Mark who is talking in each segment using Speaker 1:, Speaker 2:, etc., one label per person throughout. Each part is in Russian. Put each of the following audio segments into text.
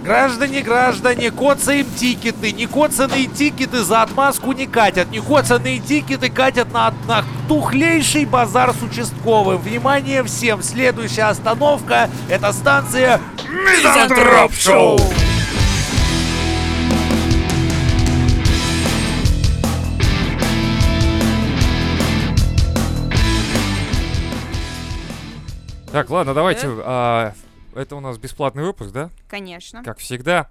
Speaker 1: Граждане, граждане, коцаем тикеты. Некоцанные тикеты за отмазку не катят. Некоцанные тикеты катят на, на тухлейший базар с участковым. Внимание всем, следующая остановка – это станция Мизантроп Шоу.
Speaker 2: Так, ладно, давайте. а, это у нас бесплатный выпуск, да?
Speaker 3: Конечно.
Speaker 2: Как всегда.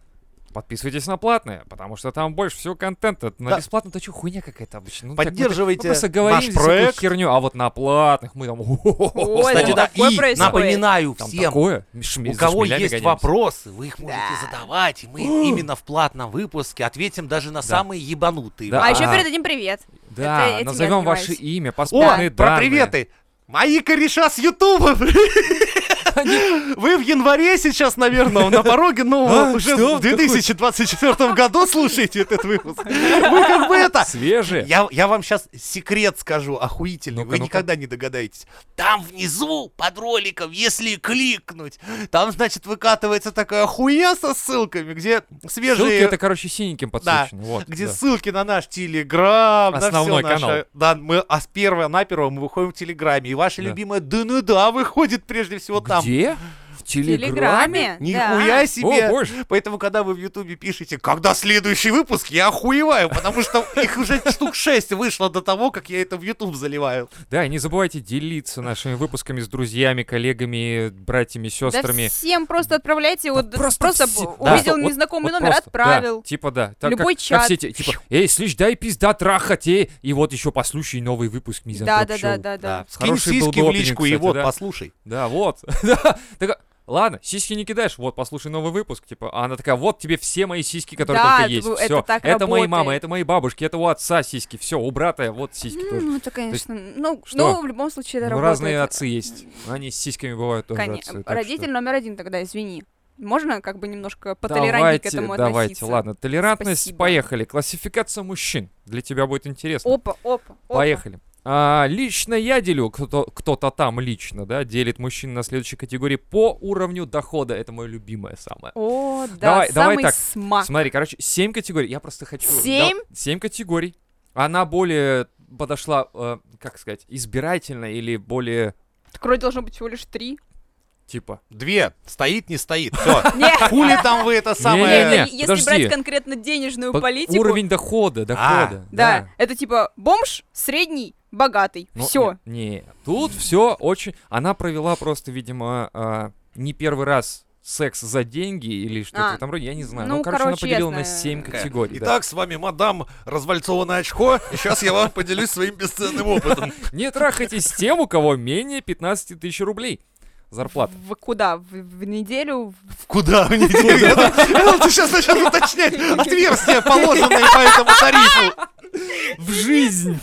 Speaker 2: Подписывайтесь на платное, потому что там больше всего контента. На
Speaker 1: Да.
Speaker 2: бесплатном-то что, хуйня какая-то обычно. Ну, так, мы-
Speaker 1: Поддерживайте
Speaker 2: мы просто говорим
Speaker 1: наш
Speaker 2: здесь всякую
Speaker 1: проект.
Speaker 2: херню, а вот на платных мы там...
Speaker 3: Ой,
Speaker 1: Кстати,
Speaker 3: там
Speaker 1: да,
Speaker 3: такое
Speaker 1: и
Speaker 3: происходит.
Speaker 1: напоминаю
Speaker 2: Там
Speaker 1: всем,
Speaker 2: такое.
Speaker 1: У кого есть вопросы, вы их можете задавать, и мы именно в платном выпуске ответим даже на самые ебанутые.
Speaker 2: Да.
Speaker 3: А, еще
Speaker 2: А.
Speaker 3: передадим привет.
Speaker 2: Да,
Speaker 3: Это- этим я
Speaker 2: назовем ваше
Speaker 3: занимаюсь.
Speaker 2: имя,
Speaker 1: О,
Speaker 2: паспортные
Speaker 1: про
Speaker 2: данные.
Speaker 1: приветы! Мои кореша с Ютуба! Вы в январе сейчас, наверное, на пороге,
Speaker 2: А,
Speaker 1: но уже
Speaker 2: что?
Speaker 1: в 2024 году слушаете этот выпуск. Вы как бы это...
Speaker 2: Свежие.
Speaker 1: Я, я вам сейчас секрет скажу, охуительный,
Speaker 2: Ну-ка,
Speaker 1: вы
Speaker 2: ну-ка.
Speaker 1: никогда не догадаетесь. Там внизу под роликом, если кликнуть, там, значит, выкатывается такая хуя со ссылками, где
Speaker 2: Ссылки
Speaker 1: свежие...
Speaker 2: это, короче, синеньким
Speaker 1: Да,
Speaker 2: подсвечены. Вот,
Speaker 1: где
Speaker 2: да.
Speaker 1: ссылки на наш Телеграм, на всё
Speaker 2: Основной
Speaker 1: наше-
Speaker 2: канал.
Speaker 1: Да, мы, а с первого на первого мы выходим в Телеграме, и ваша
Speaker 2: Да.
Speaker 1: любимая да ну да выходит прежде всего там.
Speaker 2: Где? В Телеграме?
Speaker 3: да.
Speaker 1: Нихуя себе!
Speaker 2: О, боже.
Speaker 1: Поэтому, когда вы в Ютубе пишете, когда следующий выпуск, я охуеваю, потому что их уже штук шесть вышло до того, как я это в Ютуб заливаю.
Speaker 2: Да, и не забывайте делиться нашими выпусками с друзьями, коллегами, братьями,
Speaker 3: Да
Speaker 2: сестрами.
Speaker 3: всем просто отправляйте, вот
Speaker 2: Да
Speaker 3: просто,
Speaker 2: все-
Speaker 3: б-
Speaker 2: да.
Speaker 3: увидел
Speaker 2: Вот-
Speaker 3: незнакомый
Speaker 2: вот
Speaker 3: номер,
Speaker 2: просто, да,
Speaker 3: отправил.
Speaker 2: типа да. Так,
Speaker 3: Любой
Speaker 2: как- как
Speaker 3: чат.
Speaker 2: все те- типа, эй, слышь, дай пизда трахать, эй. И вот еще послушай новый выпуск
Speaker 3: Да,
Speaker 2: Мизантроп
Speaker 3: да,
Speaker 2: Шоу.
Speaker 3: да, да, да.
Speaker 1: Скинь
Speaker 2: Хороший был
Speaker 1: сиськи
Speaker 2: бы
Speaker 1: в
Speaker 2: опенинг,
Speaker 1: личку и
Speaker 2: кстати,
Speaker 1: вот,
Speaker 2: да.
Speaker 1: послушай.
Speaker 2: Да, вот. Да. Так, Ладно, сиськи не кидаешь, вот, послушай новый выпуск, типа, а она такая, вот тебе все мои сиськи, которые
Speaker 3: Да,
Speaker 2: только есть,
Speaker 3: это-
Speaker 2: все,
Speaker 3: это так
Speaker 2: мои мамы,
Speaker 3: работает.
Speaker 2: это мои бабушки, это у отца сиськи, все, у брата вот сиськи тоже.
Speaker 3: Ну, это, конечно. Ну,
Speaker 2: что?
Speaker 3: ну, в любом случае, это
Speaker 2: Ну,
Speaker 3: работает.
Speaker 2: разные отцы есть, они с сиськами бывают тоже
Speaker 3: Коне-
Speaker 2: отцы, так что-
Speaker 3: Родитель номер один тогда, извини. Можно как бы немножко потолерантнее к
Speaker 2: Давайте,
Speaker 3: этому
Speaker 2: давайте,
Speaker 3: относиться?
Speaker 2: ладно, толерантность,
Speaker 3: Спасибо.
Speaker 2: поехали, классификация мужчин, для тебя будет интересно.
Speaker 3: Опа, опа, опа.
Speaker 2: Поехали. А, лично я делю, кто-то, кто-то там лично, да, делит мужчин на следующей категории по уровню дохода. Это мое любимое самое.
Speaker 3: О, да,
Speaker 2: Давай- давай
Speaker 3: самый
Speaker 2: так,
Speaker 3: смак.
Speaker 2: Смотри, короче, 7 категорий. Я просто хочу... да,
Speaker 3: Семь?
Speaker 2: семь категорий. Она более подошла, э, как сказать, избирательно или более,
Speaker 3: Так вроде должно быть всего лишь три.
Speaker 2: типа...
Speaker 1: Две. Стоит, не стоит. Всё.
Speaker 3: Нет,
Speaker 1: Хули там вы это
Speaker 2: Не-не-не.
Speaker 1: самое...
Speaker 3: если
Speaker 2: подожди.
Speaker 3: брать конкретно денежную
Speaker 2: по-
Speaker 3: политику,
Speaker 2: Уровень дохода,
Speaker 1: А,
Speaker 2: дохода.
Speaker 3: да, это типа бомж, средний, богатый,
Speaker 2: Ну,
Speaker 3: все.
Speaker 2: Не, не. тут все очень... Она провела просто, видимо, а, не первый раз секс за деньги или что-то
Speaker 3: А,
Speaker 2: в этом роде, я не знаю.
Speaker 3: ну,
Speaker 2: Ну, короче,
Speaker 3: короче, я
Speaker 2: она поделила на
Speaker 3: знаю.
Speaker 2: 7 категорий. да.
Speaker 1: Э, Итак, с вами мадам развальцованное очко. И сейчас я вам поделюсь своим бесценным опытом.
Speaker 2: Не трахайтесь с тем, у кого менее 15 тысяч рублей зарплата.
Speaker 3: В, куда? В, в неделю?
Speaker 1: В Куда вы не делите? Это- Ты сейчас начнешь уточнять отверстия, положенные по этому тарифу.
Speaker 2: В жизнь!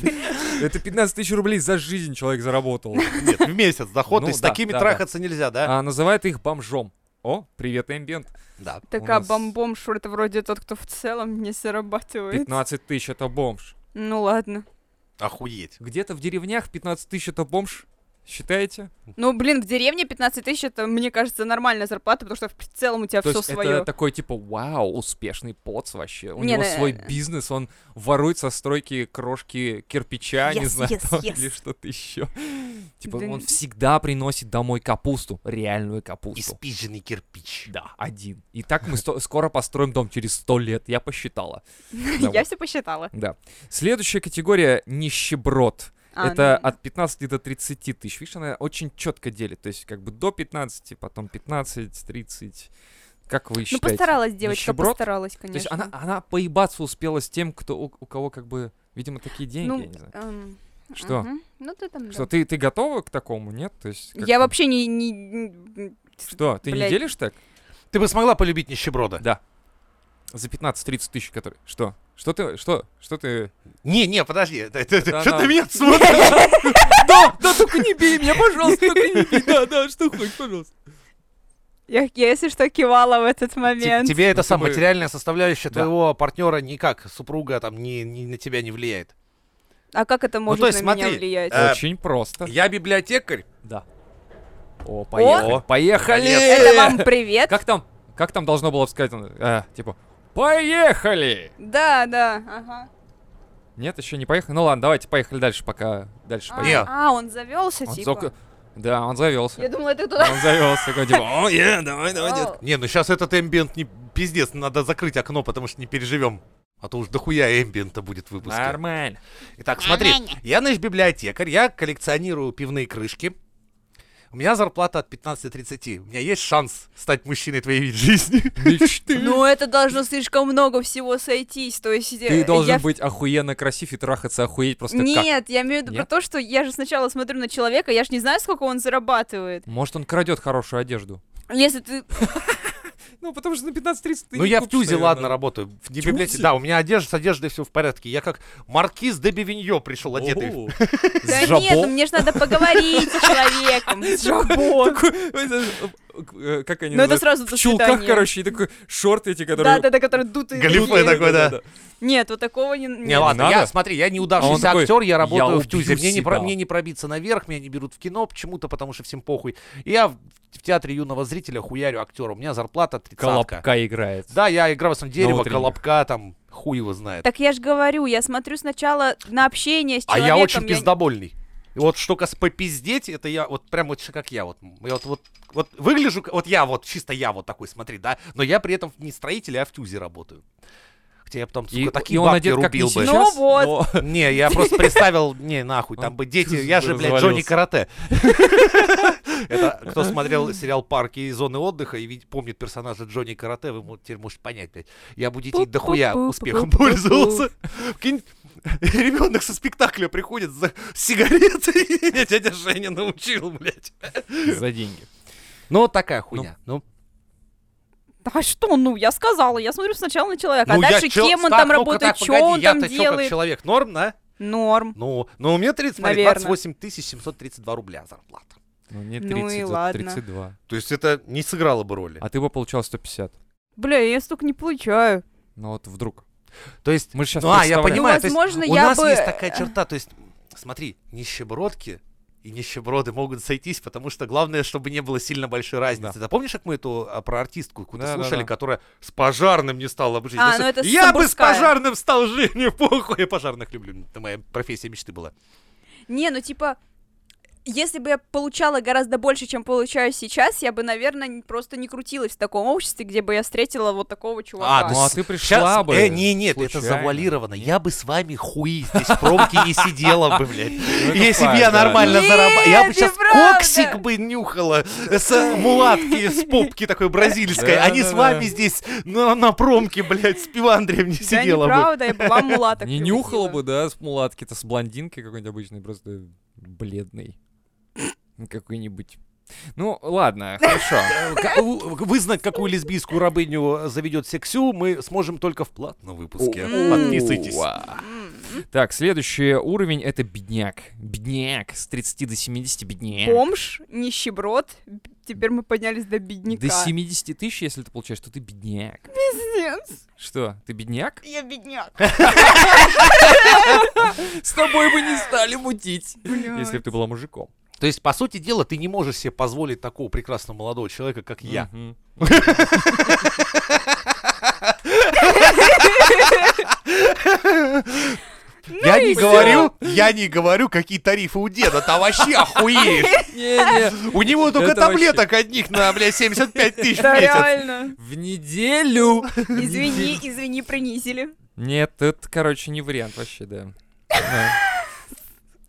Speaker 2: Это 15 тысяч рублей за жизнь человек заработал.
Speaker 1: Нет, в месяц доход.
Speaker 2: Ну
Speaker 1: То есть с
Speaker 2: да,
Speaker 1: такими
Speaker 2: да,
Speaker 1: трахаться нельзя, да?
Speaker 2: А называет их бомжом. О, привет, Эмбиент.
Speaker 1: Да.
Speaker 3: Такая
Speaker 2: нас-
Speaker 3: бомбомш, это вроде тот, кто в целом не зарабатывает.
Speaker 2: 15 тысяч это бомж.
Speaker 3: Ну ладно.
Speaker 1: Охуеть.
Speaker 2: Где-то в деревнях 15 тысяч это бомж. Считаете?
Speaker 3: Ну, блин, в деревне 15 тысяч, это, мне кажется, нормальная зарплата, потому что в целом у тебя
Speaker 2: То
Speaker 3: все
Speaker 2: есть
Speaker 3: свое.
Speaker 2: это такой типа, вау, успешный поц вообще. У
Speaker 3: Не,
Speaker 2: него
Speaker 3: ну,
Speaker 2: свой
Speaker 3: э,
Speaker 2: бизнес, он ворует со стройки крошки кирпича, не
Speaker 3: Yes,
Speaker 2: знаю,
Speaker 3: yes,
Speaker 2: там,
Speaker 3: yes.
Speaker 2: или что-то еще. Типа
Speaker 3: Да
Speaker 2: он
Speaker 3: не-
Speaker 2: всегда приносит домой капусту, реальную капусту.
Speaker 1: Испиженный кирпич.
Speaker 2: Да, один. И так мы сто- скоро построим дом через сто лет, я посчитала. Да,
Speaker 3: Я
Speaker 2: вот,
Speaker 3: все посчитала.
Speaker 2: Да. Следующая категория нищеброд.
Speaker 3: А,
Speaker 2: Это
Speaker 3: ну,
Speaker 2: от 15 до 30 тысяч. Видишь, она очень четко делит. То есть как бы до 15, потом 15, 30. Как вы
Speaker 3: ну,
Speaker 2: считаете?
Speaker 3: постаралась девочка,
Speaker 2: нищеброд?
Speaker 3: постаралась,
Speaker 2: То есть
Speaker 3: конечно.
Speaker 2: она, она поебаться успела с тем, кто у, у кого как бы, видимо, такие деньги, я не знаю.
Speaker 3: эм,
Speaker 2: Что?
Speaker 3: мгм. Ну, ты там, да.
Speaker 2: Что, ты, ты готова к такому, нет? То есть, как
Speaker 3: Я
Speaker 2: бы-
Speaker 3: вообще не... не- не-
Speaker 2: Что, ты
Speaker 3: блядь.
Speaker 2: не делишь так?
Speaker 1: Ты бы смогла полюбить нищеброда?
Speaker 2: Да. За 15-30 тысяч, которые... Что? Что ты... Что? Что ты...
Speaker 1: Не, не, подожди. это- это- это-
Speaker 2: Да,
Speaker 1: Что
Speaker 2: да.
Speaker 1: ты меня смотришь?
Speaker 2: Да, да, только не бей меня, пожалуйста,
Speaker 1: Ну,
Speaker 2: только не бей. Да, да, что хочешь, пожалуйста.
Speaker 3: Я, я, если что, кивала в этот момент.
Speaker 1: Тебе эта
Speaker 2: Ну,
Speaker 1: самая
Speaker 2: ты бы-
Speaker 1: материальная составляющая
Speaker 2: Да.
Speaker 1: твоего партнера никак, супруга там ни- ни на тебя не влияет.
Speaker 3: А как
Speaker 2: Ну,
Speaker 3: это может
Speaker 1: то есть
Speaker 3: на меня
Speaker 1: смотри,
Speaker 3: влиять?
Speaker 1: э,
Speaker 2: Очень просто.
Speaker 1: Я библиотекарь.
Speaker 2: Да. О, поехали.
Speaker 1: О,
Speaker 2: Поехали.
Speaker 1: наконец-то.
Speaker 3: Это вам привет.
Speaker 2: э, Как там? Как там должно было сказать? э, типа, поехали!
Speaker 3: Да, да, ага.
Speaker 2: Нет, еще не поехали. Ну ладно, давайте поехали дальше, пока дальше
Speaker 3: А,
Speaker 2: поехали.
Speaker 1: Нет.
Speaker 3: А, он завелся,
Speaker 2: Он
Speaker 3: типа.
Speaker 2: зак- Да, он завелся.
Speaker 3: Я думала, это туда.
Speaker 2: Он завелся, такой, типа, о, е, давай, давай, детка».
Speaker 3: О,
Speaker 1: Не, ну сейчас этот эмбиент не пиздец, надо закрыть окно, потому что не переживем. А то уж дохуя эмбиента будет в выпуске.
Speaker 2: Нормально.
Speaker 1: Итак, смотри, я, наш библиотекарь, я коллекционирую пивные крышки. У меня зарплата от 15 до 30. У меня есть шанс стать мужчиной твоей жизни.
Speaker 2: Мечты.
Speaker 3: Ну, это должно слишком много всего сойтись, то есть... э,
Speaker 2: Ты должен
Speaker 3: я в-
Speaker 2: быть охуенно красив и трахаться охуеть просто как.
Speaker 3: Нет, я имею в виду про
Speaker 2: Нет?
Speaker 3: то, что я же сначала смотрю на человека, я же не знаю, сколько он зарабатывает.
Speaker 2: Может, он крадет хорошую одежду.
Speaker 3: Если ты...
Speaker 2: Ну, потому что на 15.30 ты
Speaker 1: Ну,
Speaker 2: не
Speaker 1: я в
Speaker 2: купишь,
Speaker 1: Тюзе,
Speaker 2: наверное.
Speaker 1: ладно, работаю. В не
Speaker 2: Тюзе?
Speaker 1: библиотеке. Да, у меня одежда, с одеждой все в порядке. Я как маркиз де Бевиньо пришел одетый.
Speaker 2: О,
Speaker 3: Да нет,
Speaker 2: с
Speaker 3: ну
Speaker 2: жабо.
Speaker 3: мне же надо поговорить с человеком. С жабо.
Speaker 2: Такой, э, э, Как они
Speaker 3: Ну, это
Speaker 2: называют?
Speaker 3: сразу
Speaker 2: В
Speaker 3: до
Speaker 2: чулках,
Speaker 3: свидания.
Speaker 2: короче, и такой шорты эти, которые...
Speaker 3: Да, да, да, который дутый.
Speaker 1: Галифе
Speaker 3: такие.
Speaker 1: такой, да.
Speaker 3: Нет, вот такого не...
Speaker 1: Не,
Speaker 3: нет.
Speaker 1: ладно, я,
Speaker 2: надо. А
Speaker 1: смотри, я неудавшийся
Speaker 2: такой,
Speaker 1: актер, я работаю
Speaker 2: «Я
Speaker 1: в Тюзе.
Speaker 2: убью
Speaker 1: Мне не, про-
Speaker 2: себя».
Speaker 1: мне не пробиться наверх, меня не берут в кино почему-то, потому что всем похуй. И я в, в театре юного зрителя хуярю актера. У меня зарплата 30
Speaker 2: Колобка играет.
Speaker 1: Да, я играл в основном дерево,
Speaker 2: утренник.
Speaker 1: колобка, там, хуй его знает.
Speaker 3: Так я же говорю, я смотрю сначала на общение с
Speaker 1: а
Speaker 3: человеком.
Speaker 1: я очень пиздобольный. И вот что кас попиздеть, это я вот прям вот ш- как я вот. Я вот, вот, вот выгляжу, к- вот я вот, чисто я вот такой, смотри, да. Но я при этом не строитель, а в тюзе работаю. Хотя я бы там, сука,
Speaker 2: И-
Speaker 1: такие
Speaker 2: и он
Speaker 1: бабки
Speaker 2: одет как
Speaker 1: рубил
Speaker 2: не
Speaker 1: бы.
Speaker 2: сейчас,
Speaker 3: Ну вот.
Speaker 2: но-
Speaker 1: Не, я просто представил, не, нахуй, там
Speaker 2: Он
Speaker 1: бы дети, я же, блядь,
Speaker 2: развалился.
Speaker 1: Джонни Карате. Это кто смотрел сериал «Парки и зоны отдыха» и вид- помнит персонажа Джонни Карате, вы мо- теперь можете понять, блядь. Я бы детей дохуя
Speaker 3: Пу-пу-пу-пу-пу-пу.
Speaker 1: успехом пользовался. Прикинь, Ребенок со спектакля приходит за сигаретой, меня дядя Женя научил, блядь.
Speaker 2: За деньги.
Speaker 1: Ну, вот такая хуйня. Ну,
Speaker 3: А что, ну, я сказала, я смотрю сначала на человека, а
Speaker 1: ну, я
Speaker 3: дальше
Speaker 1: чё-
Speaker 3: кем он
Speaker 1: так,
Speaker 3: там
Speaker 1: ну-ка,
Speaker 3: работает,
Speaker 1: так,
Speaker 3: что
Speaker 1: погоди,
Speaker 3: он там
Speaker 1: я-то чё, как
Speaker 3: делает.
Speaker 1: человек, норм, да?
Speaker 3: Норм.
Speaker 1: Ну, ну у меня 30, смотри,
Speaker 3: Наверно.
Speaker 1: 28 732 рубля зарплата.
Speaker 2: Ну, не
Speaker 3: Ну
Speaker 2: 30,
Speaker 3: и
Speaker 2: а
Speaker 3: ладно.
Speaker 2: 32.
Speaker 1: То есть это не сыграло бы роли.
Speaker 2: А ты бы получал 150.
Speaker 3: Бля, я столько не получаю.
Speaker 2: Ну вот вдруг.
Speaker 1: То есть,
Speaker 2: Мы сейчас
Speaker 1: ну а, я понимаю, то есть
Speaker 3: возможно,
Speaker 1: у
Speaker 3: я
Speaker 1: нас
Speaker 3: бы-
Speaker 1: есть такая черта, то есть, смотри, нищебродки и нищеброды могут сойтись, потому что главное, чтобы не было сильно большой разницы. Да. помнишь, как мы эту а, про артистку какую-то
Speaker 2: Да-да-да.
Speaker 1: слушали, которая с пожарным не стала бы жить?
Speaker 3: А,
Speaker 1: Да
Speaker 3: ну
Speaker 1: с-
Speaker 3: это
Speaker 1: я бы с
Speaker 3: Самбурская.
Speaker 1: пожарным стал жить, мне похуй, я пожарных люблю, это моя профессия мечты была.
Speaker 3: Не, ну, типа, если бы я получала гораздо больше, чем получаю сейчас, я бы, наверное, просто не крутилась в таком обществе, где бы я встретила вот такого чувака.
Speaker 2: ну, а
Speaker 1: с-
Speaker 2: ты пришла
Speaker 1: щас-
Speaker 2: бы
Speaker 1: Э, не, нет, это
Speaker 2: случайно.
Speaker 1: завуалировано. Я бы с вами хуи здесь в пробке не сидела бы, блядь.
Speaker 2: это
Speaker 1: Если бы
Speaker 2: факт,
Speaker 1: я
Speaker 2: да.
Speaker 1: нормально
Speaker 3: Нет,
Speaker 1: зарабатывал, я бы сейчас
Speaker 3: неправда.
Speaker 1: коксик бы нюхала с э, мулатки, с попки такой бразильской,
Speaker 2: Да,
Speaker 1: а не
Speaker 2: да,
Speaker 1: с
Speaker 2: да.
Speaker 1: вами здесь на на промке, блядь, с пивандрием не
Speaker 3: Да
Speaker 1: сидела бы.
Speaker 3: неправда, я бы вам мулаток
Speaker 2: Не
Speaker 3: привозила.
Speaker 2: нюхала бы, да, с мулатки-то, с блондинкой какой-нибудь обычной, просто бледной. Какой-нибудь. Ну, ладно, хорошо.
Speaker 1: Вызнать, какую лесбийскую рабыню заведет сексю, мы сможем только в платном выпуске.
Speaker 3: О,
Speaker 1: Подписывайтесь.
Speaker 2: Уа.
Speaker 3: М,
Speaker 2: Так, следующий уровень это бедняк. Бедняк. С 30 до 70 бедняк.
Speaker 3: Бомж, нищеброд, б- теперь мы поднялись до бедняка.
Speaker 2: До 70 тысяч, если ты получаешь, то ты бедняк.
Speaker 3: Пиздец,
Speaker 2: Что, ты бедняк?
Speaker 3: я бедняк.
Speaker 2: С тобой бы не стали мутить.
Speaker 3: Блядь.
Speaker 2: Если бы ты была мужиком.
Speaker 1: То есть, по сути дела, ты не можешь себе позволить такого прекрасного молодого человека, как я.
Speaker 2: Мгм.
Speaker 1: Я
Speaker 3: Ну
Speaker 1: не
Speaker 3: и всё.
Speaker 1: говорю, я не говорю, какие тарифы у деда, там вообще охуеешь.
Speaker 2: Не-не.
Speaker 1: У него только
Speaker 2: Это вообще-
Speaker 1: таблеток одних на, бля, 75 тысяч в
Speaker 3: Да
Speaker 1: месяц.
Speaker 3: реально.
Speaker 2: В неделю.
Speaker 3: Извини, извини, принизили.
Speaker 2: Нет, это, короче, не вариант вообще, да. Да.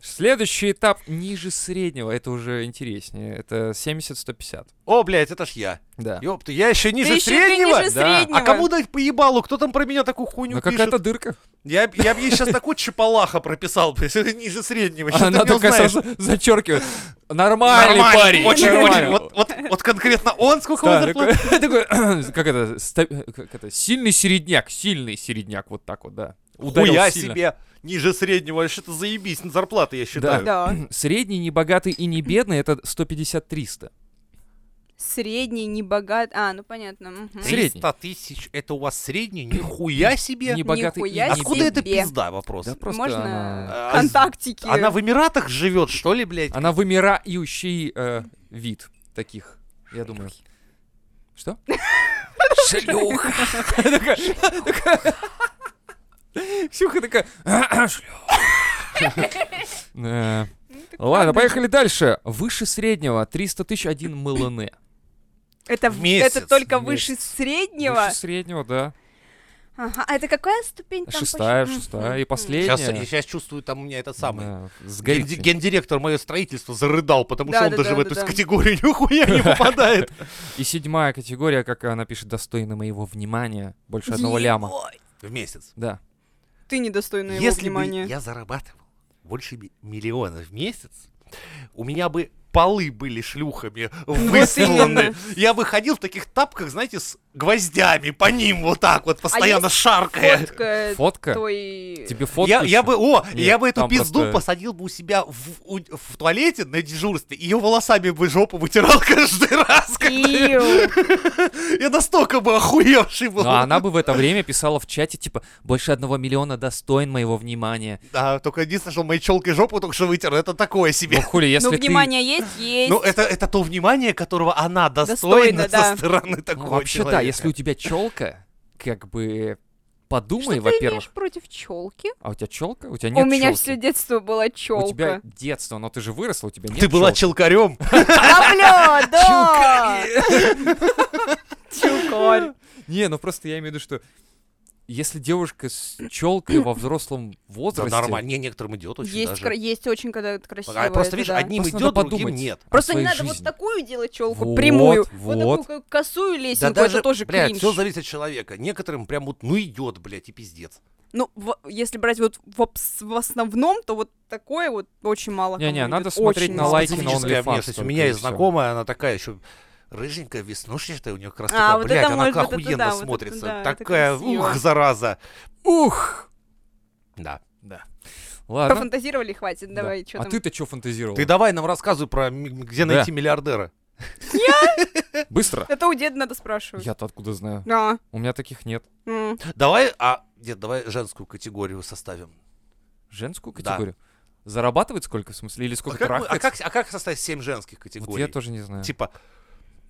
Speaker 2: Следующий этап ниже среднего, это уже интереснее. Это Ну, 70-150.
Speaker 1: О, блядь, это ж я.
Speaker 2: Да.
Speaker 1: Ёпта, я еще ниже
Speaker 3: Ты еще ниже
Speaker 1: среднего?
Speaker 2: Да. Ну, А
Speaker 3: среднего.
Speaker 1: А кому дать поебалу? Кто там про меня такую хуйню
Speaker 2: Но
Speaker 1: пишет?
Speaker 2: какая-то дырка.
Speaker 1: Я, б- я бы ей сейчас такой чапалаха прописал, блядь, это ниже среднего. Сейчас
Speaker 2: А Она
Speaker 1: ты меня
Speaker 2: такая
Speaker 1: узнаешь.
Speaker 2: сразу зачеркивает. Нормальный
Speaker 1: Нормально,
Speaker 2: парень.
Speaker 1: Очень, очень.
Speaker 2: нормально.
Speaker 1: Вот, вот, вот конкретно он, сколько
Speaker 2: Да,
Speaker 1: он зарплатил?
Speaker 2: такой- такой, как это, ста- как это, сильный середняк, сильный середняк, вот так вот, да. Ударил
Speaker 1: Хуя
Speaker 2: сильно.
Speaker 1: себе. Ниже среднего, вообще-то заебись, на зарплаты, я считаю.
Speaker 3: Да.
Speaker 2: Средний, не богатый и не бедный, это 150-300.
Speaker 3: Средний, не богат. А, ну понятно. мгм.
Speaker 2: Средний.
Speaker 1: 300 тысяч, это у вас средний? Нихуя себе! А
Speaker 2: Не богатый и
Speaker 3: Нихуя
Speaker 2: не
Speaker 1: Откуда
Speaker 2: бедный.
Speaker 1: это
Speaker 3: себе.
Speaker 1: пизда вопрос?
Speaker 2: Да просто она-
Speaker 3: Можно
Speaker 1: А,
Speaker 3: контактики.
Speaker 1: Она в Эмиратах живет, что ли, блядь?
Speaker 2: Она вымирающий э, вид таких, я думаю. Что? Шлюха. Такая- такая- Ксюха такая, «А, а, шлюха». Да. Ну, Ладно, поехали дальше. Выше среднего 300 тысяч один мылоне.
Speaker 3: Это,
Speaker 1: В
Speaker 3: в-
Speaker 1: месяц,
Speaker 3: это только
Speaker 2: в
Speaker 3: выше
Speaker 2: месяц.
Speaker 3: среднего.
Speaker 2: Выше среднего, да.
Speaker 3: Ага. А это какая
Speaker 2: Ну,
Speaker 3: ступень там?
Speaker 2: Шестая,
Speaker 3: почти?
Speaker 2: шестая. И
Speaker 3: Мгм.
Speaker 1: Сейчас, я
Speaker 2: последняя.
Speaker 1: сейчас чувствую, там у меня этот самый.
Speaker 2: Да,
Speaker 1: Ген-
Speaker 2: Сгорит.
Speaker 1: Гендиректор мое строительство зарыдал, потому
Speaker 3: Да,
Speaker 1: что он
Speaker 3: да,
Speaker 1: даже
Speaker 3: да,
Speaker 1: в эту
Speaker 3: да, да.
Speaker 1: категорию нихуя не попадает.
Speaker 2: И седьмая категория, как она пишет, достойна моего внимания. Больше одного
Speaker 3: Ебать.
Speaker 2: ляма.
Speaker 1: В месяц.
Speaker 2: Да.
Speaker 3: Ты недостойна его
Speaker 1: Если бы
Speaker 3: внимания.
Speaker 1: я зарабатывал больше ми- миллиона в месяц, у меня бы полы были шлюхами высланы.
Speaker 3: Ну именно.
Speaker 1: Я бы ходил в таких тапках, знаете, с гвоздями по ним вот так
Speaker 3: А
Speaker 1: вот, постоянно шаркая.
Speaker 3: Фотка
Speaker 2: Фотка?
Speaker 3: твой...
Speaker 2: Тебе фотка
Speaker 1: Я, я
Speaker 2: ещё?
Speaker 1: бы, о,
Speaker 2: Нет,
Speaker 1: я бы эту
Speaker 2: там
Speaker 1: пизду
Speaker 2: просто-
Speaker 1: посадил бы у себя в, у- в туалете на дежурстве, ее волосами бы жопу вытирал каждый раз, когда я,
Speaker 3: Ил.
Speaker 1: я настолько бы охуевший был.
Speaker 2: Ну, а она бы в это время писала в чате, типа, больше одного миллиона достоин моего внимания.
Speaker 1: Да, только единственное, что моей челкой жопу только что вытер, это такое
Speaker 2: Ну,
Speaker 1: себе.
Speaker 2: хули, если
Speaker 3: Ну,
Speaker 2: ты...
Speaker 3: внимание есть? Есть.
Speaker 1: Ну, это, это то внимание, которого она достойна,
Speaker 3: Достойна, да.
Speaker 1: со стороны
Speaker 2: Ну,
Speaker 1: такого
Speaker 2: вообще,
Speaker 1: человека.
Speaker 2: да, если у тебя челка, как бы... Подумай,
Speaker 3: Что ты
Speaker 2: во-первых.
Speaker 3: имеешь против челки?
Speaker 2: А у тебя челка? У тебя нет
Speaker 3: У меня
Speaker 2: чёлки.
Speaker 3: все детство было челка.
Speaker 2: У тебя детство, но ты же выросла, у тебя нет Ну,
Speaker 1: Ты была
Speaker 2: челки.
Speaker 1: челкарем.
Speaker 3: Да, бля, да! Чукарь.
Speaker 2: Не, ну просто я имею в виду, что если девушка с челкой во взрослом
Speaker 1: Да,
Speaker 2: возрасте...
Speaker 1: нормально. Не, некоторым идет очень
Speaker 3: Есть,
Speaker 1: даже.
Speaker 3: кра- есть очень когда это красиво.
Speaker 1: А Просто,
Speaker 3: это
Speaker 1: видишь,
Speaker 3: да.
Speaker 1: одним
Speaker 2: Просто
Speaker 1: идет,
Speaker 2: надо
Speaker 1: другим
Speaker 2: подумать.
Speaker 1: нет.
Speaker 3: Просто
Speaker 2: о
Speaker 3: не
Speaker 2: своей
Speaker 3: надо вот
Speaker 2: жизни.
Speaker 3: такую делать челку,
Speaker 2: Вот,
Speaker 3: прямую.
Speaker 2: вот.
Speaker 3: такую как- косую
Speaker 1: Да
Speaker 3: лесенку,
Speaker 1: даже,
Speaker 3: это тоже
Speaker 1: блядь,
Speaker 3: кринж.
Speaker 1: все зависит от человека. Некоторым прям вот, ну идет, блядь, и пиздец.
Speaker 3: Ну, в- если брать вот в, обс- в основном, то вот такое вот очень мало.
Speaker 2: Не-не,
Speaker 3: кому
Speaker 2: надо
Speaker 3: идет,
Speaker 2: смотреть
Speaker 3: очень
Speaker 2: на
Speaker 3: мало.
Speaker 2: лайки на
Speaker 1: Специфическая
Speaker 2: OnlyFans
Speaker 1: внешность. У
Speaker 2: только,
Speaker 1: меня
Speaker 2: и
Speaker 1: есть
Speaker 2: всё.
Speaker 1: знакомая, она такая еще рыженькая, веснушечная, у нее как раз
Speaker 3: А,
Speaker 1: такая,
Speaker 3: вот это
Speaker 1: блядь, она
Speaker 3: может,
Speaker 1: как
Speaker 3: вот это
Speaker 1: охуенно
Speaker 3: да, вот это
Speaker 1: смотрится.
Speaker 3: да, это
Speaker 1: такая,
Speaker 3: красиво.
Speaker 1: ух, зараза.
Speaker 2: Ух!
Speaker 1: Да.
Speaker 2: Ладно.
Speaker 3: Пофантазировали, хватит,
Speaker 2: Да.
Speaker 3: давай, что
Speaker 2: а
Speaker 3: там.
Speaker 2: ты-то что фантазировал?
Speaker 1: Ты давай нам рассказывай про м- где
Speaker 2: Да.
Speaker 1: найти миллиардера.
Speaker 2: Быстро?
Speaker 3: Это у деда надо спрашивать.
Speaker 2: Я-то откуда знаю?
Speaker 3: А,
Speaker 2: У меня таких нет.
Speaker 3: м.
Speaker 1: Давай, а, нет, давай женскую категорию составим. А
Speaker 2: Женскую
Speaker 1: Да.
Speaker 2: категорию? Зарабатывает сколько, в смысле? Или
Speaker 1: А
Speaker 2: сколько
Speaker 1: как, мы- а,
Speaker 2: трахается?
Speaker 1: как, а как составить семь женских
Speaker 2: Вот
Speaker 1: категорий?
Speaker 2: я тоже не знаю.
Speaker 1: Типа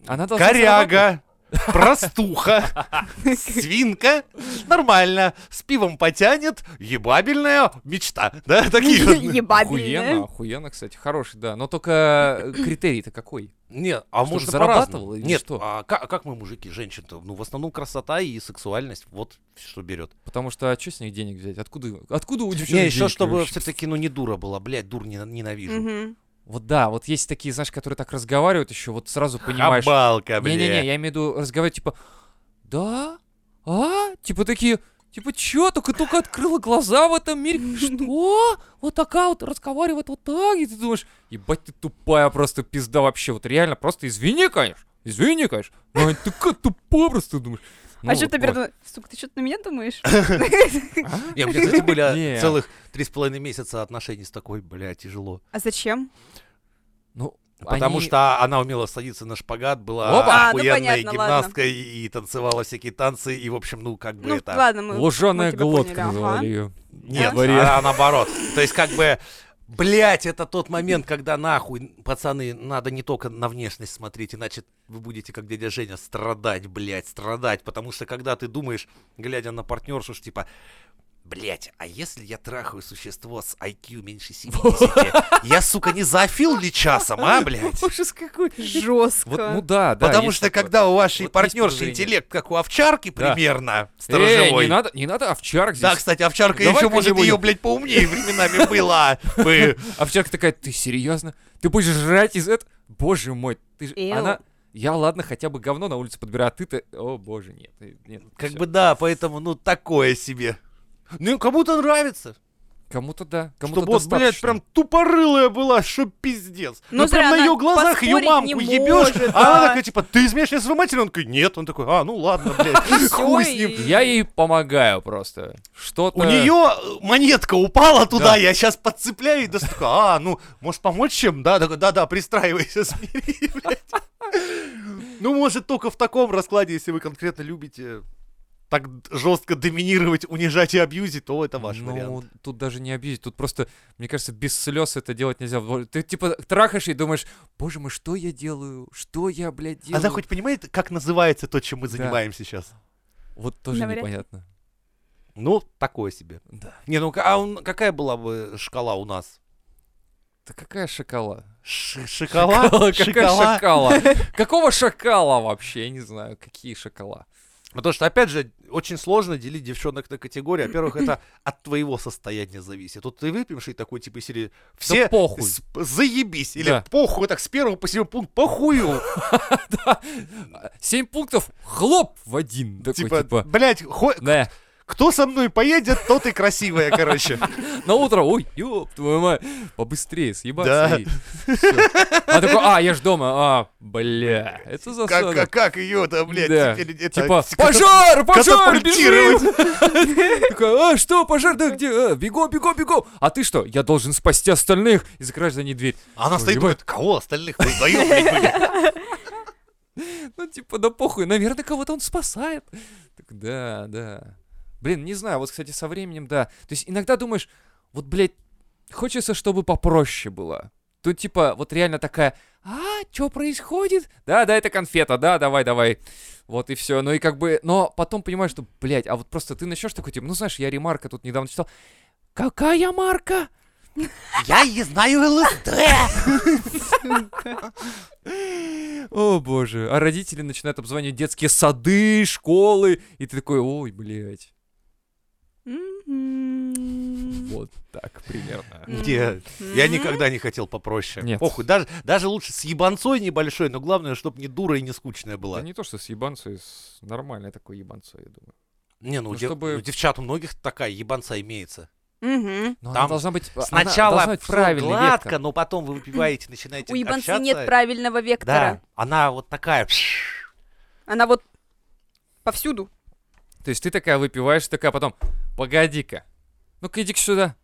Speaker 2: Она должна зарабатывать.
Speaker 1: коряга, простуха, свинка, нормально, с пивом потянет, ебабельная мечта. Да, такие вот.
Speaker 2: Охуенно,
Speaker 3: Ебабельная.
Speaker 2: охуенно, кстати. Хороший, да. Но только э, критерий-то какой?
Speaker 1: Нет, а
Speaker 2: Чтоб
Speaker 1: можно
Speaker 2: зарабатывала
Speaker 1: по-разному.
Speaker 2: или
Speaker 1: Нет,
Speaker 2: что?
Speaker 1: а ка- а как, мы мужики, женщин-то? Ну, в основном красота и сексуальность, вот что берет.
Speaker 2: Потому что а что с них денег взять? Откуда, откуда у девчонок
Speaker 1: Не, еще
Speaker 2: денег
Speaker 1: чтобы
Speaker 2: вообще?
Speaker 1: все-таки, ну, не дура была, блядь, дур не- ненавижу.
Speaker 3: Мгм.
Speaker 2: Вот да, вот есть такие, знаешь, которые так разговаривают еще, вот сразу
Speaker 1: А
Speaker 2: понимаешь.
Speaker 1: Хабалка, блядь.
Speaker 2: Не-не-не, я имею в виду разговаривать типа, да, а, типа такие, типа чё, только только открыла глаза в этом мире, что? Вот такая вот разговаривает вот так, и ты думаешь, ебать ты тупая просто пизда вообще, вот реально просто извини, конечно, извини, конечно, но ты такая тупая просто думаешь.
Speaker 3: а
Speaker 2: Ну,
Speaker 3: что ты,
Speaker 2: вот,
Speaker 3: перед- Сука, ты что-то на меня думаешь?
Speaker 1: Не, у меня, кстати, были а,
Speaker 2: Не.
Speaker 1: целых три с половиной месяца отношений с такой, блядь, тяжело.
Speaker 3: А зачем?
Speaker 2: Ну,
Speaker 1: Потому
Speaker 2: они-
Speaker 1: что она умела садиться на шпагат,
Speaker 2: Опа.
Speaker 1: была
Speaker 3: А, ну
Speaker 1: охуенная
Speaker 3: понятно, ладно.
Speaker 1: гимнасткой и танцевала всякие танцы, и, в общем, ну, как бы
Speaker 3: Ну,
Speaker 2: а.
Speaker 1: это...
Speaker 3: ладно, мы...
Speaker 2: луженая
Speaker 3: мы тебя
Speaker 2: глотка
Speaker 3: поняли, ага.
Speaker 2: называли ее.
Speaker 1: Нет,
Speaker 2: Говорит.
Speaker 1: а, наоборот. То есть, как бы, блять, это тот момент, когда нахуй, пацаны, надо не только на внешность смотреть, иначе вы будете, как дядя Женя, страдать, блядь, страдать. Потому что, когда ты думаешь, глядя на партнершу, что типа, Блять, а если я трахаю существо с IQ меньше 70, я, сука, не заафил ли часом, а, блядь?
Speaker 2: Ужас какой.
Speaker 3: Жестко.
Speaker 2: Вот, ну да, да.
Speaker 1: Потому
Speaker 2: есть
Speaker 1: что,
Speaker 2: такое.
Speaker 1: когда у вашей
Speaker 2: Вот есть
Speaker 1: партнерши
Speaker 2: подозрение.
Speaker 1: интеллект, как у овчарки
Speaker 2: Да.
Speaker 1: примерно,
Speaker 2: Эй,
Speaker 1: сторожевой,
Speaker 2: Э, не надо, не надо овчарок здесь.
Speaker 1: да, кстати, овчарка
Speaker 2: Давай
Speaker 1: еще, может,
Speaker 2: кого-нибудь.
Speaker 1: ее, блядь, поумнее временами была бы.
Speaker 2: А Овчарка такая, ты серьезно? Ты будешь жрать из этого? Боже мой, ты же...
Speaker 3: Эу.
Speaker 2: Она... Я, ладно, хотя бы говно на улице подбираю, а ты-то... О, боже, нет. э, нет
Speaker 1: Как
Speaker 2: всё.
Speaker 1: бы да, поэтому, ну, такое себе. Ну, кому-то нравится.
Speaker 2: Кому-то да, кому-то
Speaker 1: Чтобы вот, блядь,
Speaker 2: достаточно.
Speaker 1: прям тупорылая была, что пиздец.
Speaker 3: Ну,
Speaker 1: Ну,
Speaker 3: зря
Speaker 1: прям на
Speaker 3: она
Speaker 1: ее глазах ее
Speaker 3: поспорить
Speaker 1: мамку
Speaker 3: не
Speaker 1: ебешь,
Speaker 3: может,
Speaker 1: а она
Speaker 3: да.
Speaker 1: такая, типа, ты изменишь меня своему Он такой, нет. Он такой, а, ну ладно, блядь, хуй с
Speaker 3: всё,
Speaker 1: ним.
Speaker 3: и-
Speaker 2: Я ей помогаю просто. Что-то...
Speaker 1: У нее монетка упала туда,
Speaker 2: Да.
Speaker 1: я сейчас подцепляю и да, такая, а, ну, может помочь чем? Да, да, да, да, пристраивайся, смири, блядь. Ну, может, только в таком раскладе, если вы конкретно любите так жестко доминировать, унижать и абьюзить, то это ваш
Speaker 2: ну,
Speaker 1: вариант.
Speaker 2: тут даже не обидеть, тут просто, мне кажется, без слез это делать нельзя. Вот Ты типа трахаешь и думаешь, боже мой, что я делаю? Что я, блядь, делаю?
Speaker 1: Она хоть А понимает, как называется то, чем мы
Speaker 2: Да.
Speaker 1: занимаемся сейчас?
Speaker 2: Вот тоже
Speaker 3: Навряд ли.
Speaker 2: непонятно.
Speaker 1: Ну, такое себе.
Speaker 2: Да.
Speaker 1: Не, ну а он- какая была бы шкала у нас?
Speaker 2: Да какая шокола?
Speaker 1: Ш- шоколад?
Speaker 2: Какая
Speaker 1: Шокола?
Speaker 2: шакала? Какого шакала вообще? Я не знаю, какие шакала.
Speaker 1: Потому что, опять же, очень сложно делить девчонок на категории. Во-первых, это от твоего состояния зависит. Тут ты выпьешь и такой, типа, из серии все
Speaker 2: похуй.
Speaker 1: с- заебись. Или
Speaker 2: Да.
Speaker 1: похуй, так с первого по седьмой пункт похую.
Speaker 2: Семь пунктов, хлоп, в один. Такой,
Speaker 1: Типа,
Speaker 2: типа,
Speaker 1: блядь, хо-
Speaker 2: да,
Speaker 1: кто со мной поедет, тот и красивая, короче.
Speaker 2: на утро, ой, ёб твою мать, побыстрее
Speaker 1: Да.
Speaker 2: съебаться. и всё. А такой, а, я ж дома, а, бля, это засада.
Speaker 1: Как, как, как ее-то, блядь,
Speaker 2: Да.
Speaker 1: теперь это-
Speaker 2: Типа,
Speaker 1: с-
Speaker 2: пожар, пожар, бежим!
Speaker 1: катапультировать.
Speaker 2: Такой, а, что, пожар, да где? А, бегом, бегом, бегом. А ты что, я должен спасти остальных? И закрываешь за ней дверь.
Speaker 1: А Она
Speaker 2: Ой,
Speaker 1: стоит,
Speaker 2: ебать.
Speaker 1: думает, кого остальных вы вдвоем, блядь, были?»
Speaker 2: Ну, типа, да похуй, наверное, кого-то он спасает. Так, да, да. Блин, не знаю, вот, кстати, со временем, да. То есть иногда думаешь, вот, блядь, хочется, чтобы попроще было. Тут, типа, вот реально такая, а, что происходит? Да, да, это конфета, да, давай, давай. Вот и все. Ну и как бы, но потом понимаешь, что, блядь, а вот просто ты начнешь такой, типа, ну знаешь, я ремарка тут недавно читал. Какая марка?
Speaker 1: Я не знаю ЛСД.
Speaker 2: О боже, а родители начинают обзванивать детские сады, школы, и ты такой, ой, блядь. ну
Speaker 3: Мгм.
Speaker 2: Вот так примерно.
Speaker 1: Нет, я никогда не хотел попроще.
Speaker 2: Нет.
Speaker 1: Похуй, даже, даже лучше с ебанцой небольшой, но главное, чтобы не дура и не скучная
Speaker 2: Да
Speaker 1: была.
Speaker 2: не то, что с ебанцой, с нормальной такой ебанцой, я думаю.
Speaker 1: Не, ну,
Speaker 2: Ну,
Speaker 1: у дев-
Speaker 2: чтобы-
Speaker 1: у девчат у многих такая ебанца имеется.
Speaker 3: Мгм.
Speaker 2: Но
Speaker 1: Там
Speaker 2: она должна быть А, она должна
Speaker 1: Сначала
Speaker 2: быть
Speaker 1: всё
Speaker 2: правильной,
Speaker 1: гладко,
Speaker 2: Вика.
Speaker 1: но потом вы выпиваете, начинаете
Speaker 3: У ебанцы
Speaker 1: общаться.
Speaker 3: нет правильного
Speaker 1: Да,
Speaker 3: вектора.
Speaker 1: она вот такая.
Speaker 3: Она вот повсюду.
Speaker 2: То есть ты такая выпиваешь, такая потом, погоди-ка, ну-ка иди сюда.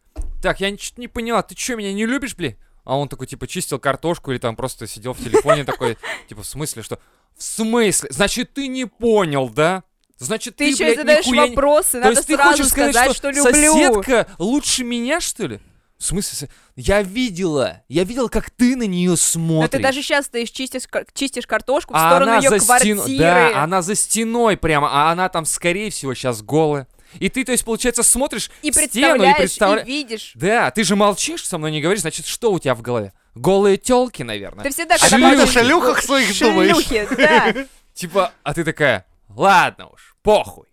Speaker 2: Так, я ничего не поняла, ты что, меня не любишь, блин? А он такой, типа, чистил картошку или там просто сидел в телефоне такой, типа, в смысле, что? В смысле? Значит, ты не понял, да? Значит,
Speaker 3: Ты,
Speaker 2: ты,
Speaker 3: еще
Speaker 2: блядь,
Speaker 3: задаешь
Speaker 2: нихуя не-
Speaker 3: вопросы,
Speaker 2: То
Speaker 3: надо
Speaker 2: есть ты
Speaker 3: сразу
Speaker 2: хочешь сказать,
Speaker 3: что,
Speaker 2: что,
Speaker 3: люблю.
Speaker 2: соседка лучше меня, что ли? В смысле? со- Я видела, я видела, как ты на нее
Speaker 3: Но
Speaker 2: смотришь.
Speaker 3: ты даже сейчас стоишь, чистишь, кар- чистишь картошку в
Speaker 2: а
Speaker 3: сторону
Speaker 2: она
Speaker 3: ее
Speaker 2: за
Speaker 3: квартиры.
Speaker 2: стеной, да, она за стеной прямо, а она там, скорее всего, сейчас голая. И ты, то есть, получается, смотришь
Speaker 3: И
Speaker 2: в стену и
Speaker 3: представляешь, и
Speaker 2: представляешь.
Speaker 3: видишь.
Speaker 2: Да, ты же молчишь, со мной не говоришь, значит, что у тебя в голове? Голые телки, наверное.
Speaker 3: Ты всегда
Speaker 1: А ты
Speaker 3: когда
Speaker 1: о
Speaker 3: подумаешь-
Speaker 1: шлюхах своих думаешь?
Speaker 3: Шлюхи, да.
Speaker 2: Типа, а ты такая, ладно уж, похуй.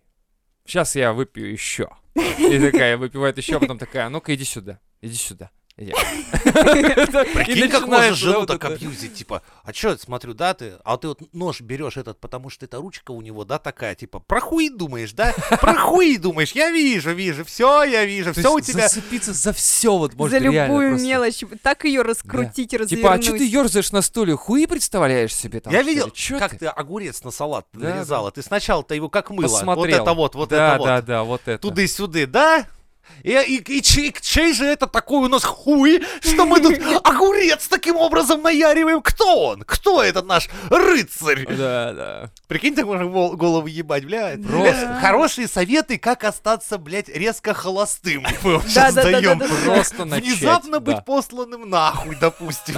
Speaker 2: Сейчас я выпью еще. И такая выпивает еще, потом такая, ну-ка иди сюда, иди сюда. иди».
Speaker 1: Прикинь,
Speaker 2: И
Speaker 1: как можно
Speaker 2: начинается, да,
Speaker 1: жену
Speaker 2: вот
Speaker 1: так
Speaker 2: это.
Speaker 1: абьюзить, типа, а чё, смотрю, да, ты, а ты вот нож берешь этот, потому что эта ручка у него, да, такая, типа, про хуй думаешь, да, про хуй думаешь, я вижу, вижу, все, я вижу,
Speaker 2: То
Speaker 1: все у
Speaker 2: есть
Speaker 1: тебя,
Speaker 2: Зацепиться за все вот можно
Speaker 3: За любую
Speaker 2: реально просто.
Speaker 3: мелочь. Так ее раскрутить, развернуть.
Speaker 2: Типа, а что ты ерзаешь на стуле? Хуи представляешь себе там?
Speaker 1: Я
Speaker 2: что ли?
Speaker 1: видел,
Speaker 2: Чё
Speaker 1: как ты огурец на салат
Speaker 2: Да,
Speaker 1: нарезала. Ты сначала-то его как мыло.
Speaker 2: посмотрел?
Speaker 1: Вот это вот, вот
Speaker 2: да,
Speaker 1: это вот.
Speaker 2: Да, да, вот это.
Speaker 1: Туды-сюды, да? И, и- и чей, чей же это такой у нас хуй, что мы тут огурец таким образом наяриваем? Кто он? Кто этот наш рыцарь?
Speaker 2: Да, да.
Speaker 1: Прикинь, так можно гол- голову ебать, бля. это-
Speaker 2: Просто.
Speaker 1: бля, Хорошие советы, как остаться, блядь, резко холостым. Мы вам
Speaker 3: Да,
Speaker 1: сейчас
Speaker 3: да, да, да,
Speaker 1: даем.
Speaker 3: да, да.
Speaker 2: Просто начать.
Speaker 1: Внезапно
Speaker 2: да.
Speaker 1: быть посланным нахуй, допустим.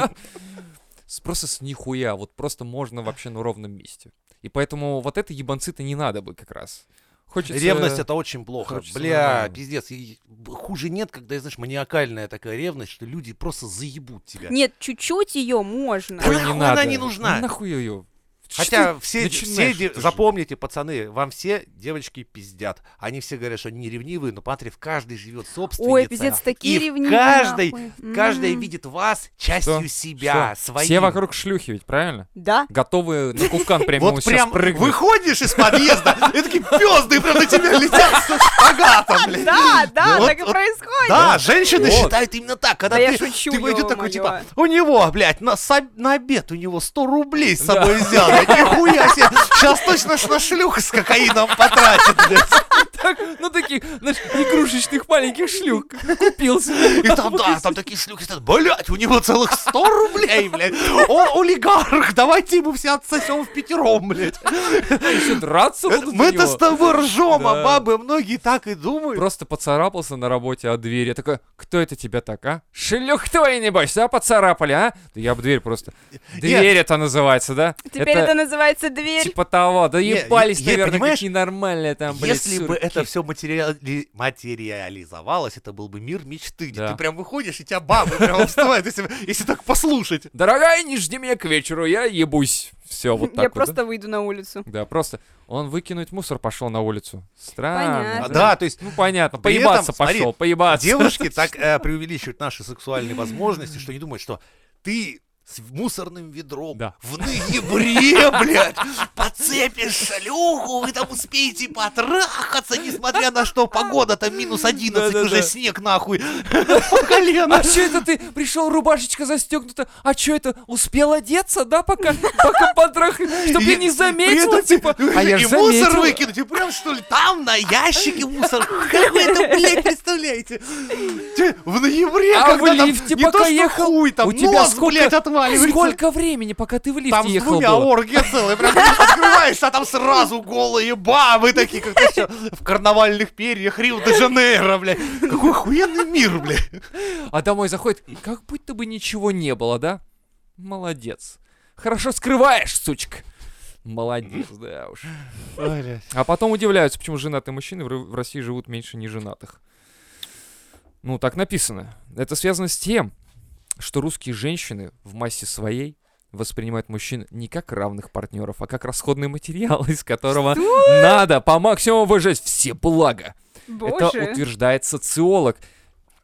Speaker 2: С- Просто с нихуя, вот просто можно вообще на ровном месте. И поэтому вот это ебанцы-то не надо бы как раз. Хочется...
Speaker 1: Ревность это очень плохо.
Speaker 2: хочется
Speaker 1: Бля,
Speaker 2: нормально.
Speaker 1: пиздец. и- и Хуже нет, когда, знаешь, маниакальная такая ревность, что люди просто заебут тебя.
Speaker 3: Нет, чуть-чуть ее можно.
Speaker 1: Ой,
Speaker 2: Ой,
Speaker 1: нахуй
Speaker 2: не
Speaker 1: она
Speaker 2: надо.
Speaker 1: не нужна.
Speaker 2: Ну Нахуй ее.
Speaker 1: Хотя все, де- все
Speaker 2: начинаешь
Speaker 1: де-
Speaker 2: ты же?
Speaker 1: запомните, пацаны, вам все девочки пиздят. Они все говорят, что они не ревнивые, но патрив каждый живет собственницей.
Speaker 3: Ой, пиздец, такие
Speaker 1: И в
Speaker 3: ревнивые.
Speaker 1: каждой,
Speaker 3: нахуй.
Speaker 1: каждая
Speaker 3: М.
Speaker 1: видит вас частью себя, своей.
Speaker 2: Все вокруг шлюхи ведь, правильно?
Speaker 3: Да.
Speaker 2: Готовы на кукан прямо
Speaker 1: Вот
Speaker 2: сейчас
Speaker 1: прям
Speaker 2: прыгнуть.
Speaker 1: выходишь из подъезда, и такие пёзды прям на тебя летят с шпагатом, блядь.
Speaker 3: Да, да,
Speaker 1: Вот-
Speaker 3: так и
Speaker 1: вот
Speaker 3: происходит.
Speaker 1: Да, женщины
Speaker 2: Вот.
Speaker 1: считают именно так, когда
Speaker 3: Да я
Speaker 1: ты,
Speaker 3: шучу,
Speaker 1: ты выйдет такой,
Speaker 3: ё-моё.
Speaker 1: типа, у него, блядь, на, со- на обед у него 100 рублей с собой взял, нихуя себе, сейчас точно ж на шлюх с кокаином потратит, блядь.
Speaker 2: так, ну таких, знаешь, игрушечных маленьких шлюх купил себе.
Speaker 1: И там, да, там такие шлюхи стоят, блядь, у него целых 100 рублей, блядь. Он олигарх, давайте ему все отсосем в пятером, блядь.
Speaker 2: Еще драться будут за
Speaker 1: Э, Мы-то
Speaker 2: него.
Speaker 1: с тобой ржем,
Speaker 2: Да.
Speaker 1: а бабы многие так и думают.
Speaker 2: Просто поцарапался на работе от двери. Я такой, кто это тебя так, а? Шлюх твой, небось, а, поцарапали, а? Да я об дверь просто. Дверь это называется, да?
Speaker 3: Теперь это, называется дверь.
Speaker 2: Типа того, да
Speaker 1: Не,
Speaker 2: ебались,
Speaker 1: е-
Speaker 2: наверное,
Speaker 1: понимаешь,
Speaker 2: какие нормальные там, блядь,
Speaker 1: Если бы
Speaker 2: сурки.
Speaker 1: это все материализовалось, это был бы мир мечты, где
Speaker 2: Да.
Speaker 1: ты прям выходишь, и тебя бабы прям вставают, если, если так послушать.
Speaker 2: Дорогая, не жди меня к вечеру, я ебусь. Все, вот так
Speaker 3: Я
Speaker 2: вот, да?
Speaker 3: просто выйду на улицу.
Speaker 2: Да, просто он выкинуть мусор пошел на улицу. Странно.
Speaker 1: А,
Speaker 3: Понятно.
Speaker 1: Да, то есть
Speaker 2: Ну понятно,
Speaker 1: А При этом,
Speaker 2: поебаться
Speaker 1: смотри,
Speaker 2: пошел, поебаться.
Speaker 1: девушки так э, преувеличивают наши сексуальные возможности, что не думают, что ты с мусорным ведром
Speaker 2: Да.
Speaker 1: в ноябре, блядь, подцепишь шлюху, вы там успеете потрахаться, несмотря на что погода там минус 11,
Speaker 2: Да-да-да.
Speaker 1: уже снег нахуй по колено.
Speaker 2: А что это ты пришел, рубашечка застегнута? А что это, успел одеться, да, пока, пока потрахали? Чтоб я
Speaker 1: И
Speaker 2: не
Speaker 1: при
Speaker 2: заметила,
Speaker 1: этом
Speaker 2: типа. А я
Speaker 1: и
Speaker 2: же
Speaker 1: мусор
Speaker 2: заметила.
Speaker 1: выкинуть, и прям что ли там на ящике мусор. Как вы это, блядь, представляете? Те- В ноябре,
Speaker 2: А в
Speaker 1: когда там
Speaker 2: лифте
Speaker 1: не то,
Speaker 2: пока
Speaker 1: что
Speaker 2: ехал,
Speaker 1: хуй, там
Speaker 2: у тебя
Speaker 1: мозг,
Speaker 2: сколько-
Speaker 1: блядь, отваливается.
Speaker 2: Сколько времени, пока ты в лифте
Speaker 1: Там с
Speaker 2: ехал
Speaker 1: двумя
Speaker 2: было?
Speaker 1: оргия целая, прям открываешься, а там сразу голые бабы такие, как еще в карнавальных перьях Рио-де-Жанейро, блядь. Какой охуенный мир, блядь.
Speaker 2: А домой заходит, как будто бы ничего не было, да? Молодец. Хорошо скрываешь, сучка. Молодец, да уж. А потом удивляются, почему женатые мужчины в Ру- в России живут меньше неженатых. Ну, так написано. Это связано с тем, что русские женщины в массе своей воспринимают мужчин не как равных партнеров, а как расходный материал, из которого надо по максимуму выжать все блага. Это
Speaker 3: Боже.
Speaker 2: утверждает социолог,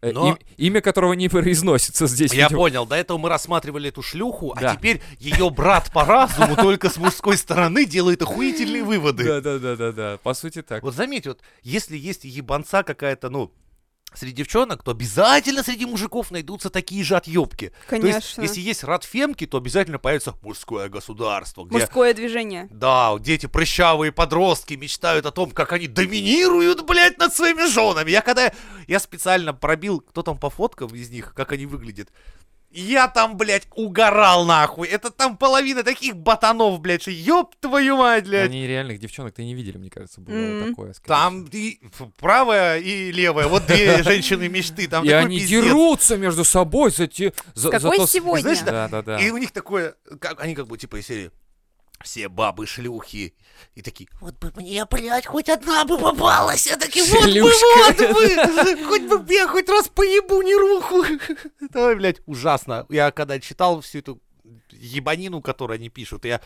Speaker 2: э,
Speaker 1: Но-
Speaker 2: им- имя которого не произносится здесь.
Speaker 1: Я
Speaker 2: видимо.
Speaker 1: понял, до этого мы рассматривали эту шлюху,
Speaker 2: Да.
Speaker 1: а теперь ее брат по разуму только с мужской стороны делает охуительные выводы.
Speaker 2: Да-да-да-да-да, по сути так.
Speaker 1: Вот заметь, вот если есть ебанца какая-то, ну, среди девчонок, то обязательно среди мужиков найдутся такие же отъебки. То
Speaker 3: Конечно.
Speaker 1: есть, если есть радфемки, то обязательно появится мужское государство, где...
Speaker 3: Мужское движение.
Speaker 1: Да, вот дети прыщавые подростки мечтают о том, как они доминируют, блядь, над своими женами. Я когда... Я специально пробил, кто там по фоткам из них, как они выглядят. Я там, блядь, угорал нахуй. Это там половина таких ботанов, блядь, что ёб твою мать, блядь.
Speaker 2: Они реальных девчонок ты не видели, мне кажется, было
Speaker 3: М.
Speaker 2: такое. скорее всего.
Speaker 1: Там и ф- правая и левая, вот две женщины мечты, там
Speaker 2: и
Speaker 1: такой
Speaker 2: они
Speaker 1: пиздец.
Speaker 2: дерутся между собой за те... За,
Speaker 3: Какой
Speaker 2: за то с-
Speaker 3: сегодня?
Speaker 1: Знаешь,
Speaker 2: Да, да, да.
Speaker 1: И у них такое, как, они как бы типа из серии все бабы шлюхи и такие. Вот бы мне, блядь, хоть одна бы попалась, я такие, вот бы,
Speaker 2: Шлюшка.
Speaker 1: вот бы, хоть бы я хоть раз поебу не руку. Это, ой, блядь, ужасно. Я когда читал всю эту ебанину, которую они пишут, я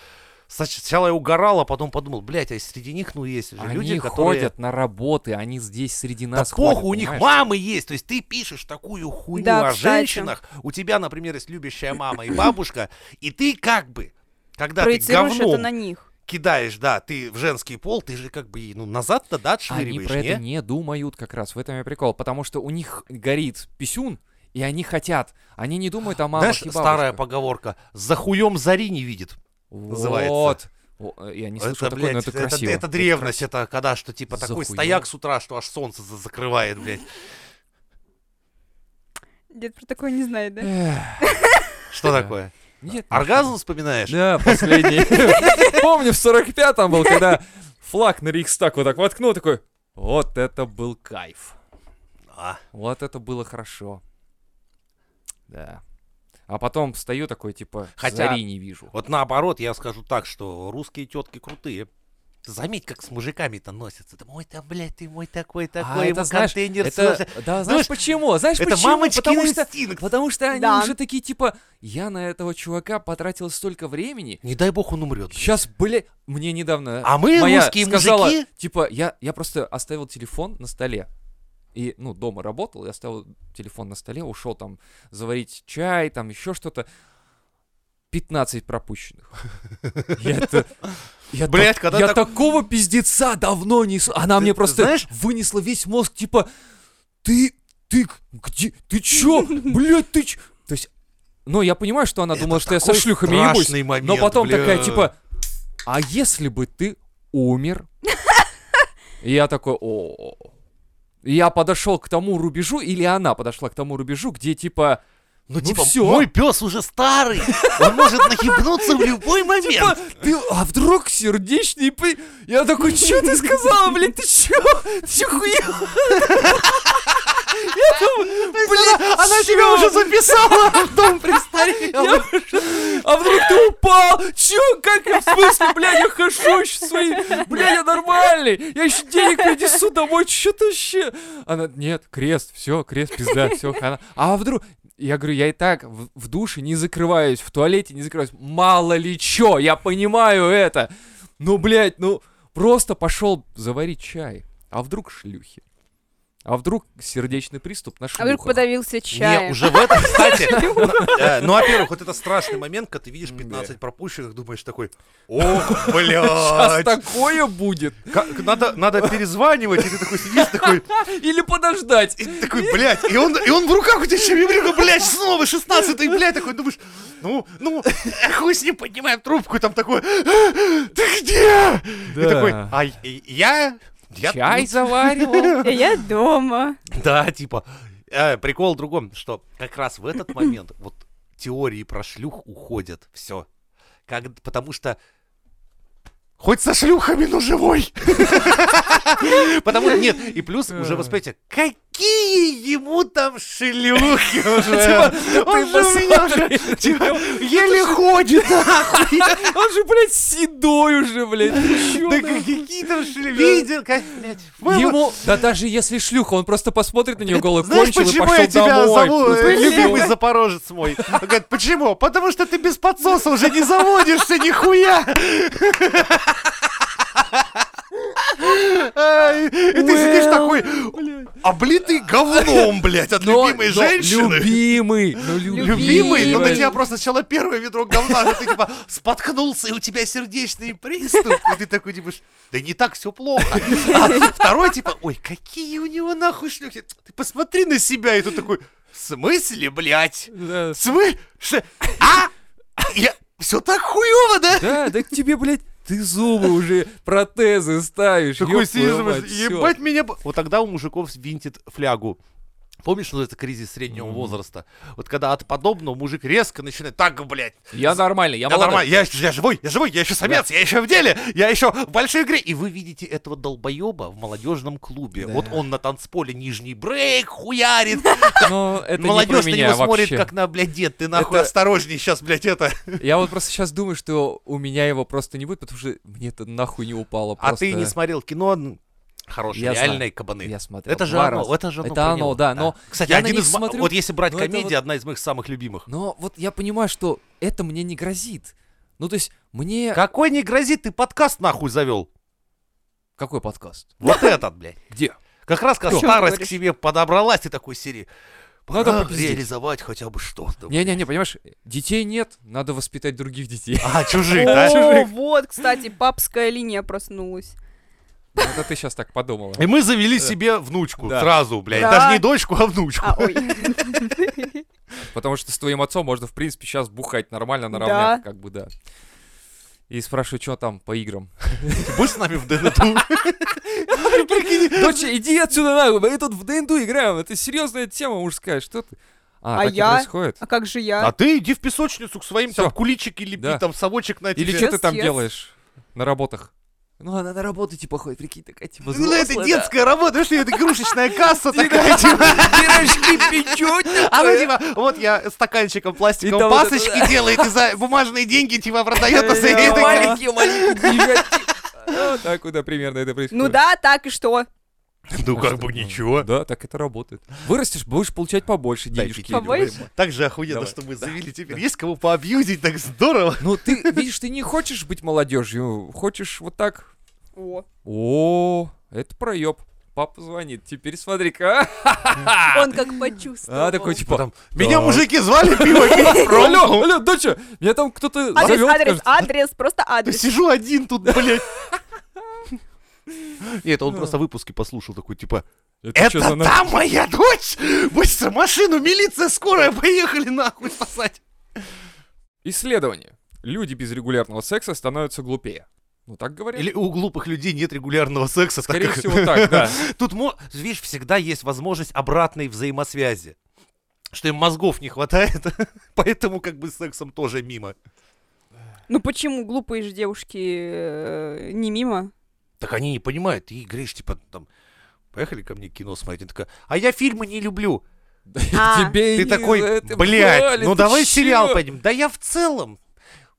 Speaker 1: сначала я угорал, а потом подумал, блядь, а среди них, ну, есть же
Speaker 2: Они
Speaker 1: люди, которые...
Speaker 2: ходят на работы, они здесь среди
Speaker 1: Да
Speaker 2: нас ходят,
Speaker 1: похуй, у них
Speaker 2: понимаешь?
Speaker 1: мамы есть. То есть ты пишешь такую хуйню
Speaker 3: Да,
Speaker 1: о
Speaker 3: кстати.
Speaker 1: женщинах. У тебя, например, есть любящая мама и бабушка, и ты как бы, когда ты
Speaker 3: Проецируешь это
Speaker 1: говном
Speaker 3: на них.
Speaker 1: кидаешь, да, ты в женский пол, ты же как бы, и, ну, назад-то, да,
Speaker 2: Они
Speaker 1: отшвыриваешь,
Speaker 2: про это
Speaker 1: не?
Speaker 2: не думают как раз, в этом и прикол. Потому что у них горит писюн, и они хотят. Они не думают о мамах
Speaker 1: Знаешь,
Speaker 2: и
Speaker 1: старая
Speaker 2: бабушках.
Speaker 1: поговорка, за хуем зари не видит. называется.
Speaker 2: Вот. О, Я не слышал
Speaker 1: Это,
Speaker 2: такой, но
Speaker 1: блядь,
Speaker 2: ну, это,
Speaker 1: это,
Speaker 2: красиво.
Speaker 1: это древность, это когда что, типа,
Speaker 2: За
Speaker 1: такой
Speaker 2: хуем.
Speaker 1: стояк с утра, что аж солнце за- закрывает, блядь.
Speaker 3: Дед про такое не знает, да?
Speaker 2: Эх,
Speaker 1: Что
Speaker 2: Да.
Speaker 1: такое?
Speaker 2: Нет. ну
Speaker 1: Оргазм
Speaker 2: что?
Speaker 1: вспоминаешь?
Speaker 2: Да, последний. Помню, в 45-м был, когда флаг на Рейхстаг вот так воткнул, такой, вот это был кайф.
Speaker 1: А.
Speaker 2: Вот это было хорошо. Да. А потом встаю такой, типа,
Speaker 1: Хотя-
Speaker 2: зари не вижу.
Speaker 1: Вот наоборот, я скажу так, что русские тетки крутые. Ты Заметь, как с мужиками-то носятся. Да мой там, блядь, ты мой такой, такой, ему контейнер
Speaker 2: А это,
Speaker 1: слушай.
Speaker 2: да, знаешь почему? Знаешь
Speaker 1: Это
Speaker 2: почему?
Speaker 1: мамочкин
Speaker 2: потому что,
Speaker 1: инстинкт.
Speaker 2: потому что они
Speaker 3: Да.
Speaker 2: уже такие, типа, я на этого чувака потратил столько времени,
Speaker 1: Не дай бог он умрет.
Speaker 2: Сейчас, блядь, мне недавно...
Speaker 1: А мы,
Speaker 2: моя
Speaker 1: русские
Speaker 2: сказала,
Speaker 1: мужики-
Speaker 2: Типа, я, я просто оставил телефон на столе. И, ну, дома работал, я оставил телефон на столе, ушел там заварить чай, там еще что-то. 15 пропущенных. Я это... Я, так-
Speaker 1: Блядь, когда
Speaker 2: я
Speaker 1: так-
Speaker 2: такого пиздеца давно не... с- Она
Speaker 1: Ты-
Speaker 2: мне
Speaker 1: ты
Speaker 2: просто
Speaker 1: знаешь-
Speaker 2: вынесла весь мозг, типа, ты, ты, где, ты чё, блядь, ты чё? То есть, ну, я понимаю, что она
Speaker 1: Это
Speaker 2: думала, что я со
Speaker 1: такой
Speaker 2: шлюхами ебусь,
Speaker 1: страшный момент,
Speaker 2: типа, но потом такая,
Speaker 1: бля.
Speaker 2: типа, а если бы ты умер? И я такой, о И я подошел к тому рубежу, или она подошла к тому рубежу, где типа...
Speaker 1: Ну,
Speaker 2: Ну,
Speaker 1: типа,
Speaker 2: всё.
Speaker 1: мой пес уже старый, он может нахибнуться в любой
Speaker 2: Типа,
Speaker 1: момент.
Speaker 2: ты, а вдруг сердечный пы... Я такой, что ты сказала, блядь, ты чё? Ты чё хуя? Я думаю, блядь,
Speaker 1: Э, Она
Speaker 2: чё?
Speaker 1: тебя уже записала а в дом
Speaker 2: Я
Speaker 1: престарелых.
Speaker 2: уже- А вдруг ты упал? Чё, как я в смысле, блядь, я хожу еще свои... Блядь, я нормальный, я еще денег принесу домой, чё ты вообще? Она, нет, крест, все, крест, пизда, все, хана. А вдруг... Я говорю, я и так в, в душе не закрываюсь, в туалете не закрываюсь. Мало ли чё, я понимаю это. Ну, блядь, ну, просто пошел заварить чай. А вдруг шлюхи? А вдруг сердечный приступ на
Speaker 3: А вдруг
Speaker 2: шлюхах?
Speaker 3: подавился чаем.
Speaker 1: Не, уже в этом, кстати. э, Ну, во-первых, вот это страшный момент, когда ты видишь
Speaker 2: Да.
Speaker 1: 15 пропущенных, думаешь такой, ох, блядь,
Speaker 2: Сейчас А такое будет.
Speaker 1: Как- надо, надо перезванивать, и ты такой сидишь, такой,
Speaker 2: Или подождать.
Speaker 1: и ты такой, блядь, и он, и он в руках у тебя еще вибрирует, блядь, снова 16 и, блядь, такой, думаешь, ну, ну, э, хуй с ним, поднимаем трубку, и там такой, «А, ты где? И
Speaker 2: Да.
Speaker 1: такой, а и- я... я
Speaker 2: Чай заваривал.
Speaker 3: Э, Я дома.
Speaker 1: Да, типа. э, прикол в другом, что как раз в этот момент вот теории про шлюх уходят. Все. Как, потому что Хоть со шлюхами, но живой! Потому что нет, и плюс уже восприятие, какие ему там шлюхи уже! Типа, Он же у меня уже типа, еле ходит! нахуй.
Speaker 2: Он же, блядь, седой уже, блядь. Ты чё,
Speaker 1: Да
Speaker 2: нахуй?
Speaker 1: какие там шлюхи! Видел, как, блядь, было.
Speaker 2: Ему, да даже если шлюха, он просто посмотрит на нее голый
Speaker 1: Знаешь,
Speaker 2: кончил и
Speaker 1: почему
Speaker 2: пошел
Speaker 1: я тебя
Speaker 2: домой. Ну,
Speaker 1: зову, э,
Speaker 2: Просто
Speaker 1: любимый
Speaker 2: всё.
Speaker 1: запорожец мой? Он говорит, почему? Потому что ты без подсоса уже не заводишься, нихуя! Ай, И ты сидишь такой, облитый говном, блядь, от
Speaker 2: Но-
Speaker 1: любимой
Speaker 2: но
Speaker 1: женщины.
Speaker 2: Любимый, но
Speaker 1: Любимый, Ну,
Speaker 2: любимый.
Speaker 1: но на
Speaker 2: блядь.
Speaker 1: тебя просто сначала первое ведро говна, а ты типа споткнулся, и у тебя сердечный приступ. И ты такой типа, да не так все плохо. А второй типа, ой, какие у него нахуй шлюхи. Ты посмотри на себя, и ты такой, в смысле, блядь?
Speaker 2: Да.
Speaker 1: В смысле? А? Я... Все так хуево, да?
Speaker 2: Да, да тебе, блядь, ты зубы уже, протезы ставишь.
Speaker 1: Такой
Speaker 2: ёб твою
Speaker 1: сидишь, думаешь,
Speaker 2: мать, всё.
Speaker 1: ебать меня... б-». Вот тогда у мужиков винтит флягу. Помнишь, что это кризис среднего возраста? Вот когда от подобного мужик резко начинает, так, блядь,
Speaker 2: Я нормальный, я
Speaker 1: Я
Speaker 2: молодой.
Speaker 1: нормально, я, я живой, я живой, я еще самец, я еще в деле, я еще в большой игре. И вы видите этого долбоеба в молодежном клубе.
Speaker 2: Да.
Speaker 1: Вот он на танцполе нижний брейк хуярит.
Speaker 2: Но это не про
Speaker 1: Молодежь на него
Speaker 2: меня
Speaker 1: смотрит,
Speaker 2: вообще.
Speaker 1: как на, блядь, дед, ты нахуй
Speaker 2: Это-
Speaker 1: осторожней сейчас, блядь, это.
Speaker 2: Я вот просто сейчас думаю, что у меня его просто не будет, потому что мне это нахуй не упало.
Speaker 1: А ты
Speaker 2: просто.
Speaker 1: не смотрел кино н- хорошие,
Speaker 2: Я знаю.
Speaker 1: реальные кабаны.
Speaker 2: Я смотрел.
Speaker 1: Это же
Speaker 2: два
Speaker 1: оно,
Speaker 2: раза.
Speaker 1: это же оно.
Speaker 2: Это
Speaker 1: про
Speaker 2: оно,
Speaker 1: него.
Speaker 2: да, но
Speaker 1: Кстати,
Speaker 2: я на
Speaker 1: один
Speaker 2: них
Speaker 1: из... мо-
Speaker 2: смотрю,
Speaker 1: Вот если брать
Speaker 2: но это
Speaker 1: комедии,
Speaker 2: вот-
Speaker 1: одна из моих самых любимых.
Speaker 2: Но вот я понимаю, что это мне не грозит. Ну, то есть, мне...
Speaker 1: Какой не грозит, ты подкаст нахуй завел.
Speaker 2: Какой подкаст?
Speaker 1: Вот этот, блядь.
Speaker 2: Где?
Speaker 1: Как раз когда
Speaker 3: Чё
Speaker 1: старость к
Speaker 3: говоришь?
Speaker 1: себе подобралась, ты такой серии.
Speaker 2: Надо
Speaker 1: Надо
Speaker 2: попиздеть».
Speaker 1: реализовать хотя бы что-то.
Speaker 2: Не-не-не, понимаешь, детей нет, надо воспитать других детей.
Speaker 1: А, чужих, да?
Speaker 3: О, вот, кстати, папская линия проснулась.
Speaker 2: Ну, Это ты сейчас так подумала.
Speaker 1: И мы завели себе внучку
Speaker 2: Да.
Speaker 1: сразу, блядь.
Speaker 3: Да.
Speaker 1: Даже не дочку, а внучку.
Speaker 3: А, ой.
Speaker 2: Потому что с твоим отцом можно, в принципе, сейчас бухать нормально наравне,
Speaker 3: Да.
Speaker 2: как бы, да. И спрашиваю, что там по играм.
Speaker 1: Ты будешь Типа, с нами в ДНТУ?
Speaker 2: Доча, иди отсюда нахуй, мы тут в ДНД играем, это серьезная тема мужская, что ты? А,
Speaker 3: А
Speaker 2: так не
Speaker 3: я?
Speaker 2: происходит?
Speaker 3: А как же я?
Speaker 1: А ты иди в песочницу к своим, там,
Speaker 2: Всё.
Speaker 1: куличики лепи,
Speaker 2: Да.
Speaker 1: там, совочек на
Speaker 2: Или
Speaker 1: тебе.
Speaker 2: что ты там
Speaker 3: Yes, yes.
Speaker 2: делаешь на работах? Ну, она на работу типа ходит, прикинь, такая типа
Speaker 1: Ну, это
Speaker 2: взрослая, да.
Speaker 1: детская работа, видишь, это игрушечная касса
Speaker 2: Ты
Speaker 1: такая, типа.
Speaker 2: Пирожки печет.
Speaker 1: Она типа, вот я стаканчиком
Speaker 2: И
Speaker 1: пластиковым
Speaker 2: там вот это,
Speaker 1: пасочки делает и за бумажные деньги типа продает на
Speaker 2: э,
Speaker 1: своей
Speaker 3: Бля.
Speaker 1: этой-
Speaker 2: Так куда примерно это происходит.
Speaker 3: Ну да, так и что?
Speaker 1: Ну как бы ничего.
Speaker 2: Да, так это работает. Вырастешь, будешь получать побольше
Speaker 1: Дай
Speaker 2: денежки.
Speaker 1: пикирю.
Speaker 3: Побольше?
Speaker 1: Так же охуенно,
Speaker 2: Давай.
Speaker 1: что мы завели теперь. Есть кого поабьюзить, так здорово.
Speaker 2: Ну ты, видишь, ты не хочешь быть молодежью, хочешь вот так.
Speaker 3: О.
Speaker 2: О, это проеб. Папа звонит, теперь смотри-ка.
Speaker 3: Он как почувствовал.
Speaker 2: А, такой типа...
Speaker 1: Потом, А, Меня
Speaker 2: Так.
Speaker 1: мужики звали пиво пить.
Speaker 2: Алло, алло, доча, меня там кто-то
Speaker 3: Адрес,
Speaker 2: зовет.
Speaker 3: адрес, адрес, просто адрес.
Speaker 1: Сижу один тут, блядь. Нет, он просто выпуски послушал, такой, типа, это
Speaker 2: чё за на-
Speaker 1: там моя дочь! Быстро машину, милиция, скорая, поехали нахуй спасать!
Speaker 2: Исследование. Люди без регулярного секса становятся глупее. Ну так говорят.
Speaker 1: Или у глупых людей нет регулярного секса. так
Speaker 2: Скорее
Speaker 1: как-
Speaker 2: всего так, да.
Speaker 1: Тут, мо- видишь, всегда есть возможность обратной взаимосвязи. Что им мозгов не хватает, поэтому как бы с сексом тоже мимо.
Speaker 3: Ну почему глупые же девушки э, не мимо?
Speaker 1: Так они не понимают. Ты ей говоришь, типа, там, поехали ко мне кино смотреть. Она такая, а я фильмы не люблю.
Speaker 3: А.
Speaker 2: Тебе
Speaker 1: Ты
Speaker 2: не за
Speaker 1: такой,
Speaker 2: это
Speaker 1: блядь,
Speaker 2: брали,
Speaker 1: ну
Speaker 2: ты
Speaker 1: давай
Speaker 2: чё?»
Speaker 1: сериал пойдем. Да я в целом.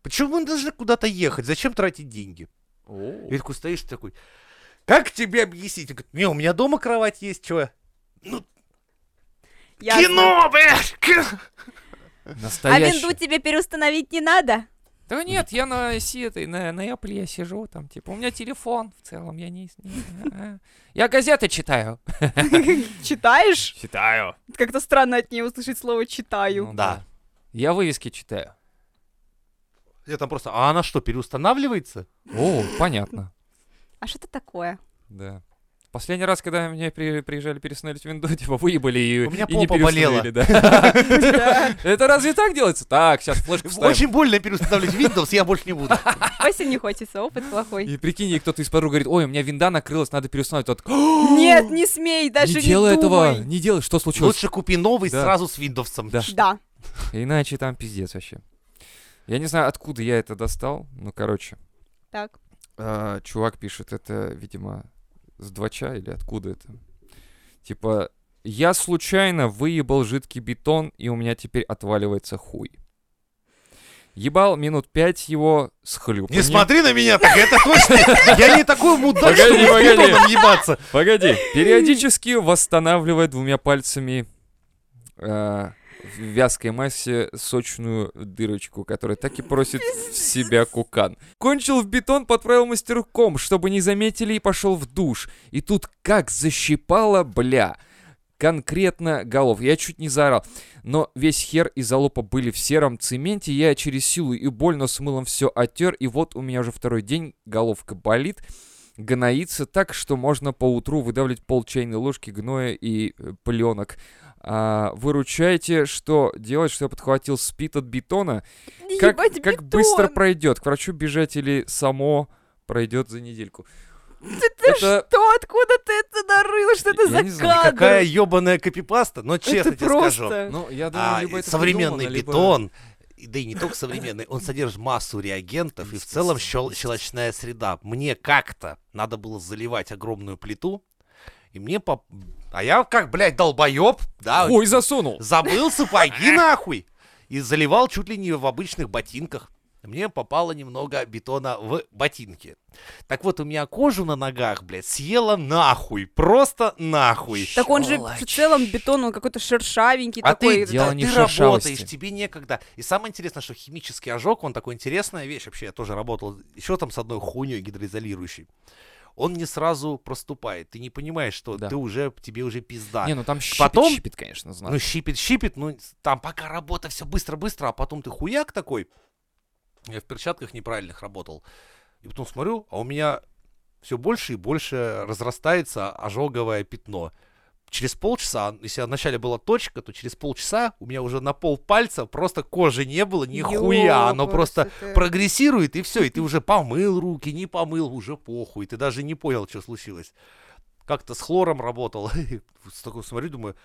Speaker 1: Почему мы должны куда-то ехать? Зачем тратить деньги?
Speaker 2: О.
Speaker 1: И такой стоишь такой, как тебе объяснить? Он говорит, не, у меня дома кровать есть, чё?
Speaker 3: Ясно.
Speaker 1: Кино, блядь! кино!»
Speaker 3: А
Speaker 2: Настоящий.
Speaker 3: винду тебе переустановить не надо?
Speaker 2: Да нет, я на си- этой, на, на Apple я сижу там, типа, у меня телефон в целом, я не... не- а, а. Я газеты читаю.
Speaker 3: Читаешь?
Speaker 2: Читаю.
Speaker 3: Как-то странно от нее услышать слово
Speaker 2: Ну.
Speaker 3: «читаю».
Speaker 1: Да.
Speaker 2: Я вывески читаю.
Speaker 1: Я там просто, а она что, переустанавливается?
Speaker 2: О, понятно.
Speaker 3: А что это такое?
Speaker 2: Да. Последний раз, когда меня при- приезжали пересмотреть винду, типа, выебали и,
Speaker 1: У меня
Speaker 2: и не
Speaker 1: попа болела.
Speaker 2: переустановили, да. Это разве так делается? Так, сейчас флешку вставим.
Speaker 1: Очень больно переустанавливать Windows, я больше не буду.
Speaker 3: Вася не хочется, опыт плохой.
Speaker 2: И прикинь, и кто-то из подруг говорит, ой, у меня винда накрылась, надо переустановить. Тот,
Speaker 3: Нет, не смей, даже не,
Speaker 2: не делай этого,
Speaker 3: думай.
Speaker 2: не делай, что случилось?
Speaker 1: Лучше купи новый
Speaker 2: Да.
Speaker 1: сразу с Windows.
Speaker 2: Да.
Speaker 3: Да.
Speaker 2: Иначе там пиздец вообще. Я не знаю, откуда я это достал. Ну, короче,
Speaker 3: Так.
Speaker 2: а, чувак пишет, это, видимо, с двача или откуда это. Типа, я случайно выебал жидкий бетон, и у меня теперь отваливается хуй. Ебал минут пять его с хлюпаньем.
Speaker 1: Не смотри на меня так, это точно. Я не такой мудак, чтобы
Speaker 2: Погоди, погоди.
Speaker 1: с бетоном ебаться.
Speaker 2: Погоди. Периодически восстанавливая двумя пальцами э, в вязкой массе сочную дырочку, которая так и просит в себя кукан. Кончил в бетон, подправил мастерком, чтобы не заметили, и пошел в душ. И тут как защипало, бля. Конкретно голов. Я чуть не заорал. Но весь хер и залупа были в сером цементе. Я через силу и больно с мылом все оттер. И вот у меня уже второй день головка болит гноится так, что можно поутру выдавливать пол чайной ложки гноя и э, пленок. А, выручайте, что делать, что я подхватил спит от бетона. Как,
Speaker 3: Ебать,
Speaker 2: как
Speaker 3: бетон.
Speaker 2: быстро пройдет? К врачу бежать или само пройдет за недельку? Это...
Speaker 3: Что, откуда ты это нарыл? Что это
Speaker 2: Я
Speaker 3: за
Speaker 2: не знаю,
Speaker 3: кадр?
Speaker 1: Какая ебаная копипаста, но честно
Speaker 3: это
Speaker 1: тебе
Speaker 3: просто.
Speaker 1: скажу.
Speaker 2: Ну, я думаю,
Speaker 1: а,
Speaker 2: либо это
Speaker 1: современный
Speaker 2: придумано, либо-
Speaker 1: бетон, и да и не только современный, он содержит массу реагентов, и в целом
Speaker 2: Естественно,
Speaker 1: щел- щелочная среда. Мне как-то надо было заливать огромную плиту, и мне по... А я как, блядь, долбоеб, да,
Speaker 2: Ой, засунул.
Speaker 1: забыл сапоги нахуй, и заливал чуть ли не в обычных ботинках. Мне попало немного бетона в ботинки. Так вот, у меня кожу на ногах, блядь, съела нахуй. Просто нахуй.
Speaker 3: Так он же в
Speaker 2: Щелочь.
Speaker 3: целом бетон, он какой-то шершавенький
Speaker 1: А
Speaker 3: такой.
Speaker 1: ты,
Speaker 2: дело
Speaker 1: да,
Speaker 2: не
Speaker 1: ты
Speaker 2: в
Speaker 1: работаешь,
Speaker 2: шершавости.
Speaker 1: тебе некогда. И самое интересное, что химический ожог, он такой интересная вещь. Вообще, я тоже работал еще там с одной хуйней гидроизолирующей. Он не сразу проступает. Ты не понимаешь, что
Speaker 2: Да.
Speaker 1: ты уже, тебе уже пизда.
Speaker 2: Не, ну там щипет,
Speaker 1: Потом-
Speaker 2: щипет, конечно, знаю.
Speaker 1: ну, щипет, щипет, ну, там пока работа все быстро-быстро, а потом ты хуяк такой. Я в перчатках неправильных работал. И потом смотрю, а у меня все больше и больше разрастается ожоговое пятно. Через полчаса, если вначале была точка, то через полчаса у меня уже на пол пальца просто кожи не было, нихуя. Оно просто прогрессирует, и все. И ты уже помыл руки, не помыл, уже похуй. Ты даже не понял, что случилось. Как-то с хлором работал. И с такой смотрю, думаю,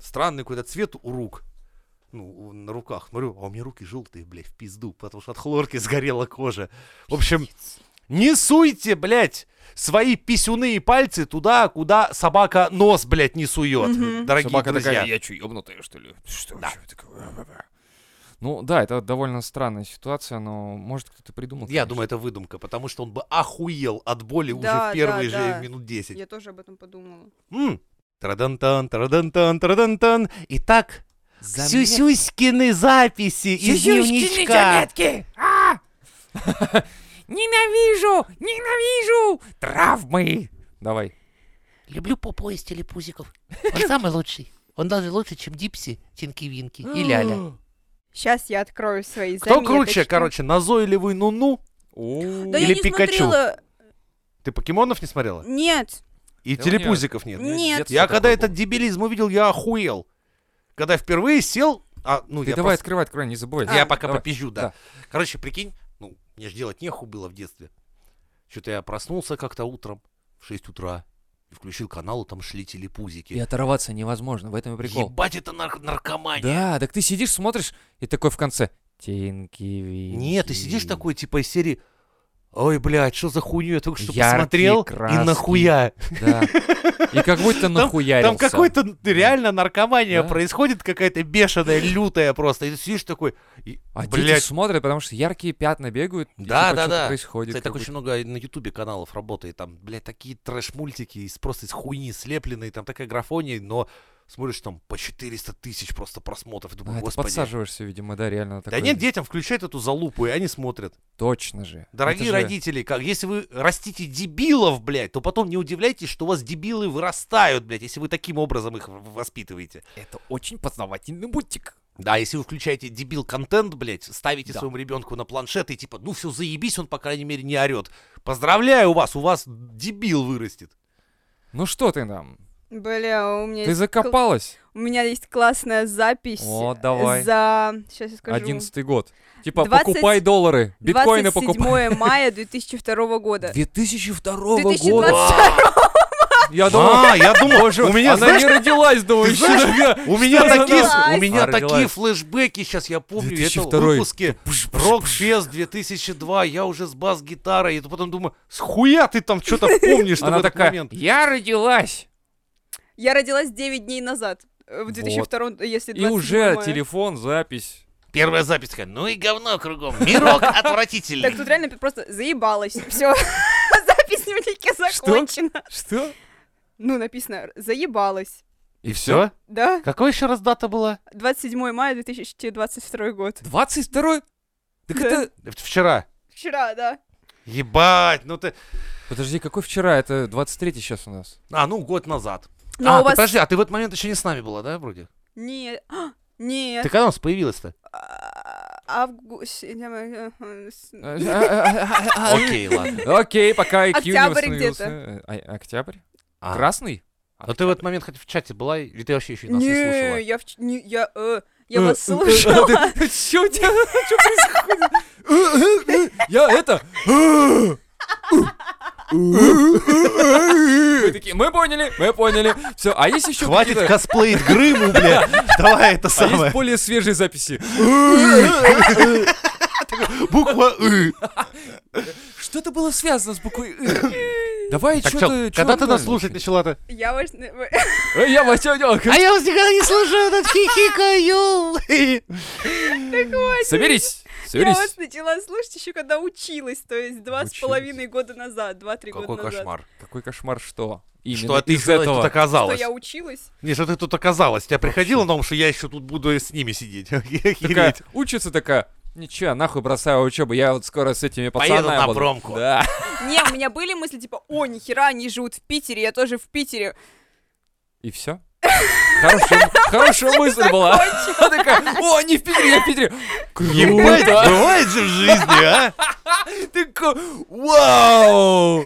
Speaker 1: странный какой-то цвет у рук. Ну, у- на руках. Смотрю, а у меня руки желтые, блядь, в пизду, потому что от хлорки сгорела кожа. В общем, не суйте, блядь, свои писюные пальцы туда, куда собака нос, блядь, не сует,
Speaker 3: Мгм.
Speaker 1: дорогие
Speaker 2: Собака
Speaker 1: друзья.
Speaker 2: такая, я чё, ёбнутая, что ли? Что да. Ну да, это довольно странная ситуация, но может кто-то
Speaker 1: Я
Speaker 2: придумал. конечно.
Speaker 1: думаю, это выдумка, потому что он бы охуел от боли
Speaker 3: Да,
Speaker 1: уже в первые
Speaker 3: да,
Speaker 1: же
Speaker 3: да.
Speaker 1: минут 10.
Speaker 3: Я тоже об этом подумала.
Speaker 1: М. Традан-тан, традан-тан, традан-тан. Итак, Сюсюськины записи из дневничка. А!
Speaker 2: Ненавижу! Ненавижу! Травмы! Давай.
Speaker 4: Люблю попо из телепузиков. Он самый лучший. Он даже лучше, чем Дипси, Тинки-Винки и Ляля.
Speaker 3: Сейчас я открою свои
Speaker 1: А. Кто
Speaker 3: заметочки.
Speaker 1: круче, короче, назойливый Нуну?
Speaker 3: Да
Speaker 1: или
Speaker 3: я не
Speaker 1: Пикачу?
Speaker 3: смотрела.
Speaker 1: Ты покемонов не смотрела?
Speaker 3: Нет.
Speaker 1: И
Speaker 2: Да у меня-
Speaker 1: телепузиков нет.
Speaker 3: Нет.
Speaker 1: Я когда этот дебилизм увидел, я охуел. Когда впервые сел... А, ну,
Speaker 2: Ты
Speaker 1: я
Speaker 2: давай
Speaker 1: просто-
Speaker 2: открывай, открывай, не забывай.
Speaker 1: Я пока
Speaker 2: А, Давай.
Speaker 1: попизжу, да.
Speaker 2: Да.
Speaker 1: Короче, прикинь, ну, мне же делать неху было в детстве. Что-то я проснулся как-то утром в 6 утра и включил канал, и там шли телепузики.
Speaker 2: И оторваться невозможно, в этом и прикол.
Speaker 1: Ебать, это нар- наркомания.
Speaker 2: Да, так ты сидишь, смотришь, и такой в конце. Тинки
Speaker 1: Нет, ты сидишь такой, типа, из серии... Ой, блядь, что за хуйню я только что
Speaker 2: Яркие
Speaker 1: посмотрел,
Speaker 2: краски.
Speaker 1: и нахуя?
Speaker 2: Да. И как будто
Speaker 1: Там
Speaker 2: нахуярился.
Speaker 1: какой-то реально наркомания
Speaker 2: Да.
Speaker 1: происходит, какая-то бешеная, лютая просто. И ты сидишь такой, и,
Speaker 2: А дети
Speaker 1: блядь,
Speaker 2: смотрят, потому что яркие пятна бегают. и
Speaker 1: Да,
Speaker 2: типа
Speaker 1: да,
Speaker 2: что-то
Speaker 1: да.
Speaker 2: происходит.
Speaker 1: Кстати,
Speaker 2: как
Speaker 1: так очень много и на Ютубе каналов работает. Там, блядь, такие трэш-мультики из просто из хуйни слепленные, там такая графония, но смотришь, там по 400 тысяч просто просмотров.
Speaker 2: будто. А,
Speaker 1: Думаю,
Speaker 2: это
Speaker 1: господи.
Speaker 2: подсаживаешься, видимо, да, реально. на
Speaker 1: Да
Speaker 2: такое.
Speaker 1: нет, детям включают эту залупу, и они смотрят.
Speaker 2: Точно же.
Speaker 1: Дорогие
Speaker 2: Это же-
Speaker 1: родители, как, если вы растите дебилов, блядь, то потом не удивляйтесь, что у вас дебилы вырастают, блядь, если вы таким образом их в- воспитываете.
Speaker 2: Это очень познавательный мультик.
Speaker 1: Да, если вы включаете дебил-контент, блядь, ставите
Speaker 2: Да.
Speaker 1: своему ребенку на планшет и типа, ну все, заебись, он, по крайней мере, не орет. Поздравляю вас, у вас дебил вырастет.
Speaker 2: Ну что ты нам?
Speaker 3: Бля, у меня
Speaker 2: Ты
Speaker 3: есть
Speaker 2: закопалась?
Speaker 3: кл- У меня есть классная запись.
Speaker 2: О, давай.
Speaker 3: За... Сейчас я скажу.
Speaker 2: Одиннадцатый год. Типа,
Speaker 3: 20
Speaker 2: покупай доллары, биткоины
Speaker 3: 27
Speaker 2: покупай.
Speaker 3: мая 2002 года.
Speaker 2: 2002 года.
Speaker 3: 2020
Speaker 2: Я думал,
Speaker 1: А, я думал, у меня,
Speaker 2: она
Speaker 1: знаешь,
Speaker 2: не родилась, думаю,
Speaker 1: ты
Speaker 2: еще.
Speaker 1: знаешь,
Speaker 2: такая.
Speaker 1: у меня
Speaker 2: она
Speaker 1: такие,
Speaker 3: родилась?
Speaker 1: у меня
Speaker 2: Она
Speaker 1: такие
Speaker 2: родилась.
Speaker 1: флешбеки сейчас, я помню, это
Speaker 2: 2002.
Speaker 1: выпуски
Speaker 2: Пш, пш,
Speaker 1: Рок
Speaker 2: пш.
Speaker 1: Фест 2002, я уже с бас-гитарой, и потом думаю, схуя ты там что-то помнишь
Speaker 2: Она
Speaker 1: в этот
Speaker 2: такая,
Speaker 1: момент?
Speaker 2: я родилась.
Speaker 3: Я родилась 9 дней назад. э, В 2002, если
Speaker 2: И
Speaker 3: 27
Speaker 2: уже
Speaker 3: мая.
Speaker 2: телефон, запись.
Speaker 1: Первая запись такая, ну и говно кругом, мирок
Speaker 3: Так
Speaker 1: отвратительный.
Speaker 3: тут реально просто заебалась. Все. Запись дневника закончена.
Speaker 2: Что?
Speaker 3: Ну, написано, заебалась.
Speaker 2: И все?
Speaker 1: Все?
Speaker 3: Да,
Speaker 1: Какой еще раз дата была?
Speaker 3: 27 мая 2022 год.
Speaker 2: 22 Так
Speaker 3: Да.
Speaker 2: это...
Speaker 1: Вчера.
Speaker 3: Вчера, да.
Speaker 1: Ебать, ну ты...
Speaker 2: Подожди, какой вчера? Это 23 сейчас у нас.
Speaker 1: А, ну год назад.
Speaker 3: Но
Speaker 1: а,
Speaker 3: у вас...
Speaker 1: подожди, а ты в этот момент еще не с нами была, да, вроде?
Speaker 3: Нет. А, Нет.
Speaker 1: Ты когда у нас появилась-то?
Speaker 3: А, Август... э, э, э, с-
Speaker 2: А,
Speaker 3: А.
Speaker 1: Окей, ладно.
Speaker 2: Окей, пока IQ не
Speaker 3: Октябрь
Speaker 2: восстановился.
Speaker 3: где-то.
Speaker 2: А- Октябрь?
Speaker 1: А.
Speaker 2: Красный?
Speaker 1: Но ты в этот момент хоть в чате была, или ты вообще еще нас не слушала?
Speaker 3: Не, я... вч- не, Я э, я вас
Speaker 2: слушал.
Speaker 3: слушала.
Speaker 2: Что э, у тебя? Что происходит? э, Я это... э, Вы такие, э. мы поняли, мы поняли. Все, а есть еще
Speaker 1: Хватит косплеить Грыму, бля. Давай это
Speaker 2: а есть
Speaker 1: самое. Э,
Speaker 2: более свежие записи.
Speaker 1: Буква «ы».
Speaker 2: Что то было связано с буквой «ы». Давай,
Speaker 1: Так
Speaker 2: что
Speaker 1: что,
Speaker 2: ты...
Speaker 1: когда ты нас слушать начала-то?
Speaker 3: Я вас... э,
Speaker 2: А Я вас сегодня-
Speaker 1: я вас никогда не слушаю, этот хихикаю.
Speaker 2: Соберись,
Speaker 3: Я вас
Speaker 2: соберись.
Speaker 3: начала слушать еще когда училась, то есть два с
Speaker 2: Училась.
Speaker 3: половиной года назад, два-три года
Speaker 1: Какой
Speaker 3: назад.
Speaker 1: кошмар.
Speaker 2: Какой кошмар,
Speaker 1: Что
Speaker 2: что? Именно
Speaker 1: ты
Speaker 2: из этого.
Speaker 1: тут
Speaker 3: Что
Speaker 1: оказалась?
Speaker 3: я училась?
Speaker 1: Не, что ты тут оказалась? Тебя приходило на ум, что я еще тут буду с ними сидеть?
Speaker 2: такая,
Speaker 1: Охереть.
Speaker 2: учится такая, ничего, нахуй бросаю учебу, я вот скоро с этими
Speaker 1: Поеду
Speaker 2: пацанами
Speaker 1: на
Speaker 2: буду».
Speaker 1: промку.
Speaker 2: Да.
Speaker 3: Не, у меня были мысли типа, о, нихера, они живут в Питере, я тоже в Питере.
Speaker 2: И все. Хорошая, хорошая мысль была. Она такая, о, они в Питере, я в Питере.
Speaker 1: Ебать,
Speaker 2: Круто.
Speaker 1: бывает же в жизни, а?
Speaker 2: Ты ко- вау.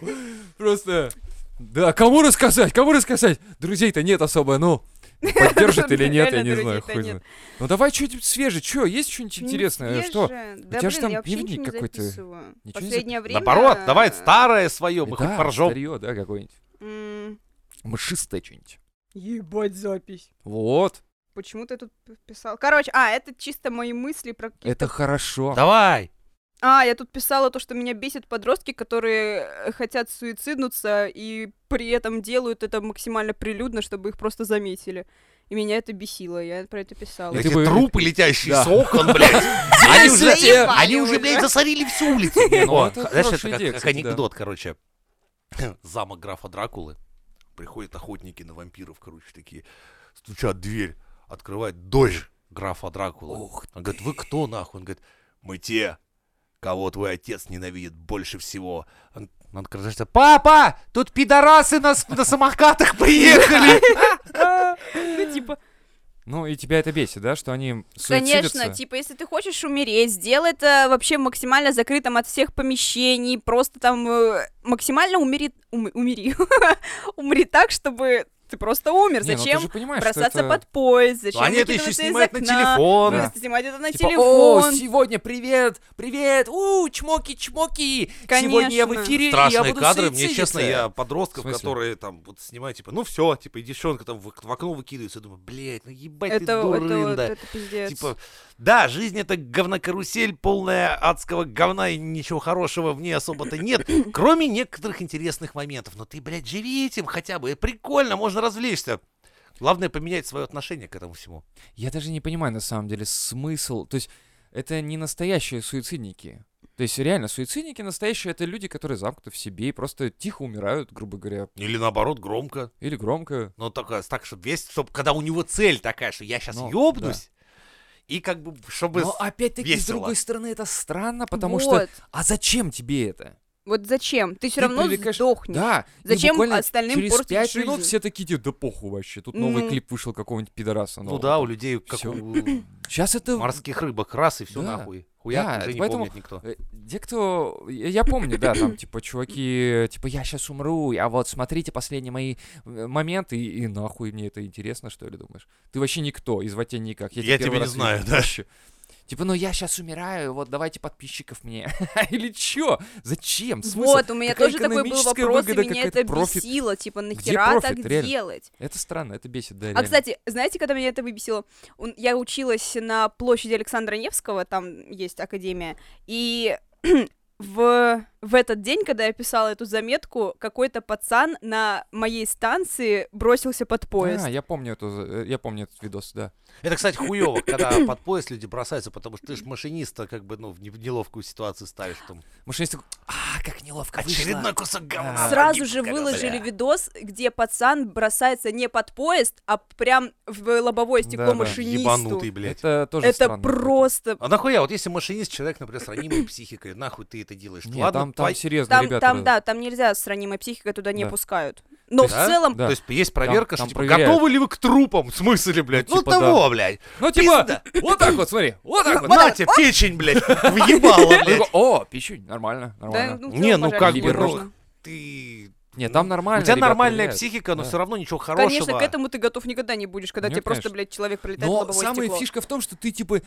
Speaker 2: Просто, да, кому рассказать, кому рассказать? Друзей-то нет особо, ну, поддержит или нет, я
Speaker 3: Реально,
Speaker 2: не знаю,
Speaker 3: друзей-то
Speaker 2: хуй
Speaker 3: нет.
Speaker 2: знает. Ну давай что-нибудь свежее, что, есть что-нибудь интересное, э, что?
Speaker 3: Ну, Да,
Speaker 2: У тебя же
Speaker 3: блин,
Speaker 2: там
Speaker 3: я вообще
Speaker 2: дневник
Speaker 3: ничего не
Speaker 2: какой-то.
Speaker 3: записываю.
Speaker 2: не
Speaker 3: Последнее время...
Speaker 1: Наоборот, давай старое свое, мы хоть
Speaker 2: Да,
Speaker 1: поржем.
Speaker 2: старьё, да, какое-нибудь.
Speaker 3: М,
Speaker 2: Мышистое что-нибудь.
Speaker 3: Ебать запись.
Speaker 2: Вот,
Speaker 3: Почему ты тут п- писал? Короче, а, это чисто мои мысли про... какие-
Speaker 2: это хорошо.
Speaker 1: Давай.
Speaker 3: А, я тут писала то, что меня бесит подростки, которые э, хотят суициднуться и при этом делают это максимально прилюдно, чтобы их просто заметили. И меня это бесило, я про это писала.
Speaker 2: Ну,
Speaker 1: Эти
Speaker 2: ты бы-
Speaker 1: трупы, летящие
Speaker 2: Да.
Speaker 1: с окон, блядь. Они уже, э,
Speaker 3: Заебали
Speaker 1: они уже,
Speaker 3: уже.
Speaker 1: блядь, засорили всю улицу. Не,
Speaker 2: ну
Speaker 1: о,
Speaker 2: это
Speaker 1: Знаешь, это
Speaker 2: хорошая
Speaker 1: как-
Speaker 2: идея,
Speaker 1: как
Speaker 2: кстати, да.
Speaker 1: анекдот, короче. Замок графа Дракулы. Приходят охотники на вампиров, короче, такие. Стучат в дверь, открывает дочь графа Дракулы.
Speaker 2: Ух
Speaker 1: Он говорит, вы кто, нахуй? Он говорит, мы те, кого твой отец ненавидит больше всего. Он, он кажется, папа, тут пидорасы на, с- на самокатах приехали.
Speaker 3: Ну, типа,
Speaker 2: Ну и тебя это бесит, да, что они суицидятся?
Speaker 3: конечно, типа, если ты хочешь умереть, сделай это вообще максимально закрытым от всех помещений, просто там э, максимально умери... ум- умери. Умри так, чтобы Ты просто умер.
Speaker 2: Не, ну ты
Speaker 3: Зачем
Speaker 2: же понимаешь, что
Speaker 3: бросаться
Speaker 2: это-
Speaker 3: под поезд? Зачем
Speaker 1: Они это еще
Speaker 3: выкидываться из
Speaker 1: снимают на
Speaker 3: окна?
Speaker 1: телефон.
Speaker 2: Да.
Speaker 3: Просто снимать это на
Speaker 2: Типа, о,
Speaker 3: телефон.
Speaker 2: сегодня привет, привет, у, чмоки, чмоки. Сегодня я в
Speaker 3: Конечно.
Speaker 2: эфире, и я
Speaker 1: Страшные
Speaker 2: буду
Speaker 1: кадры, мне
Speaker 2: суицидиться».
Speaker 1: честно, я
Speaker 2: В
Speaker 1: подростков,
Speaker 2: смысле?
Speaker 1: которые там вот снимают, типа, ну все, типа, и девчонка там в в окно выкидывается, я думаю, блядь, ну ебать
Speaker 3: Это,
Speaker 1: ты
Speaker 3: это, вот-
Speaker 1: дурында.
Speaker 3: это пиздец.
Speaker 1: Типа, да, жизнь это говнокарусель, полная адского говна, и ничего хорошего в ней особо-то нет, кроме некоторых интересных моментов. Но ты, блядь, живи этим хотя бы, прикольно, можно развлечься. Главное поменять свое отношение к этому всему.
Speaker 2: Я даже не понимаю, на самом деле, смысл. То есть, это не настоящие суицидники. То есть, реально, суицидники настоящие — это люди, которые замкнуты в себе и просто тихо умирают, грубо говоря,
Speaker 1: Или наоборот, громко.
Speaker 2: или громко.
Speaker 1: Но только так, чтобы весь, чтобы когда у него цель такая, что я сейчас
Speaker 2: Ну, а
Speaker 1: ёбнусь, и как бы, чтобы...
Speaker 2: Но опять-таки, с
Speaker 1: весело.
Speaker 2: другой стороны, это странно, потому что...
Speaker 3: Вот.
Speaker 2: А зачем тебе это?
Speaker 3: Вот зачем? Ты все
Speaker 2: Ты
Speaker 3: равно
Speaker 2: привлекаешь-
Speaker 3: сдохнешь.
Speaker 2: Да. и
Speaker 3: Зачем
Speaker 2: буквально
Speaker 3: остальным
Speaker 2: через
Speaker 3: портить
Speaker 2: пять минут
Speaker 3: жизнь?
Speaker 2: все такие, «Тебе да похуй вообще. Тут новый
Speaker 3: Ну.
Speaker 2: клип вышел какого-нибудь пидораса.
Speaker 1: Ну да, у людей, как
Speaker 2: Всё.
Speaker 1: у
Speaker 2: Сейчас это...
Speaker 1: морских рыбок, раз и все
Speaker 2: Да.
Speaker 1: нахуй. Хуяк
Speaker 2: Да,
Speaker 1: уже не
Speaker 2: поэтому-
Speaker 1: помнит никто.
Speaker 2: Э, Те, кто... Я я помню, да, там, типа, чуваки, типа, я сейчас умру, а вот смотрите последние мои э, моменты, и, и нахуй мне это интересно, что ли, думаешь? Ты вообще никто, и звать тебя никак.
Speaker 1: Я
Speaker 2: тебя
Speaker 1: тебя
Speaker 2: первый
Speaker 1: не
Speaker 2: раз
Speaker 1: знаю,
Speaker 2: вижу
Speaker 1: да.
Speaker 2: вообще. Типа, ну я сейчас умираю, вот давайте подписчиков мне. Или чё? Зачем? Смысл?
Speaker 3: Вот, у меня
Speaker 2: Какая
Speaker 3: тоже такой был
Speaker 2: экономическая
Speaker 3: вопрос,
Speaker 2: выгода,
Speaker 3: и меня
Speaker 2: какая-то
Speaker 3: это
Speaker 2: профит?
Speaker 3: бесило, типа,
Speaker 2: Где
Speaker 3: нахера так
Speaker 2: профит, реально?
Speaker 3: делать?
Speaker 2: Это странно, это бесит, да,
Speaker 3: А,
Speaker 2: реально.
Speaker 3: кстати, знаете, когда меня это выбесило? Он- Я училась на площади Александра Невского, там есть академия, и в, в этот день, когда я писала эту заметку, какой-то пацан на моей станции бросился под поезд.
Speaker 2: Да, я помню, эту, э, я помню этот видос, да.
Speaker 1: Это, кстати, хуево, когда под поезд люди бросаются, потому что ты же машиниста как бы ну, в не- в неловкую ситуацию ставишь. Там.
Speaker 2: Машинист такой, а, как неловко вышло».
Speaker 1: Очередной кусок говна.
Speaker 2: А,
Speaker 3: Сразу
Speaker 1: погиб,
Speaker 3: же
Speaker 1: типа бля».
Speaker 3: выложили видос, где пацан бросается не под поезд, а прям в лобовое стекло
Speaker 2: Да-да,
Speaker 3: машинисту.
Speaker 1: Ебанутый, блядь.
Speaker 2: Это тоже
Speaker 3: Это
Speaker 2: странно какое-то.
Speaker 3: просто...
Speaker 1: А нахуя, вот если машинист, человек, например, с ранимой психикой, нахуй ты это делаешь?
Speaker 2: Не,
Speaker 1: Ладно,
Speaker 2: там, там
Speaker 1: пой-
Speaker 2: серьезно,
Speaker 3: Там,
Speaker 2: ребята.
Speaker 3: там,
Speaker 2: раз-
Speaker 3: да, там нельзя с ранимой психикой туда не
Speaker 2: Да.
Speaker 3: пускают. Но в
Speaker 1: Да?
Speaker 3: целом,
Speaker 2: Да.
Speaker 1: То есть есть проверка,
Speaker 2: там
Speaker 1: что типа,
Speaker 2: проверяют.
Speaker 1: готовы ли вы к трупам? В смысле, блядь? Ну,
Speaker 2: типа,
Speaker 1: того, блядь.
Speaker 2: Ну, типа,
Speaker 1: Пизда.
Speaker 2: вот так вот, смотри, вот так вот.
Speaker 1: На тебе печень, блядь, въебала,
Speaker 2: Он такой,
Speaker 1: блядь.
Speaker 2: О, пищу, нормально,
Speaker 3: да,
Speaker 2: нормально.
Speaker 3: ну, в
Speaker 1: Не,
Speaker 3: целом
Speaker 1: ну, как
Speaker 3: пожарить
Speaker 2: бы,
Speaker 3: не
Speaker 2: ну,
Speaker 3: нужно.
Speaker 1: Ты...
Speaker 2: Нет, там нормально.
Speaker 1: У тебя
Speaker 2: ребята
Speaker 1: нормальная
Speaker 2: проверяют.
Speaker 1: психика, но
Speaker 2: Да.
Speaker 1: все равно ничего хорошего.
Speaker 3: Конечно, к этому ты готов никогда не будешь, когда
Speaker 2: Нет,
Speaker 3: тебе просто,
Speaker 2: Ну, конечно.
Speaker 3: блядь, человек прилетает в
Speaker 2: Но
Speaker 3: лобовое
Speaker 2: самая
Speaker 3: стекло.
Speaker 2: фишка в том, что ты типа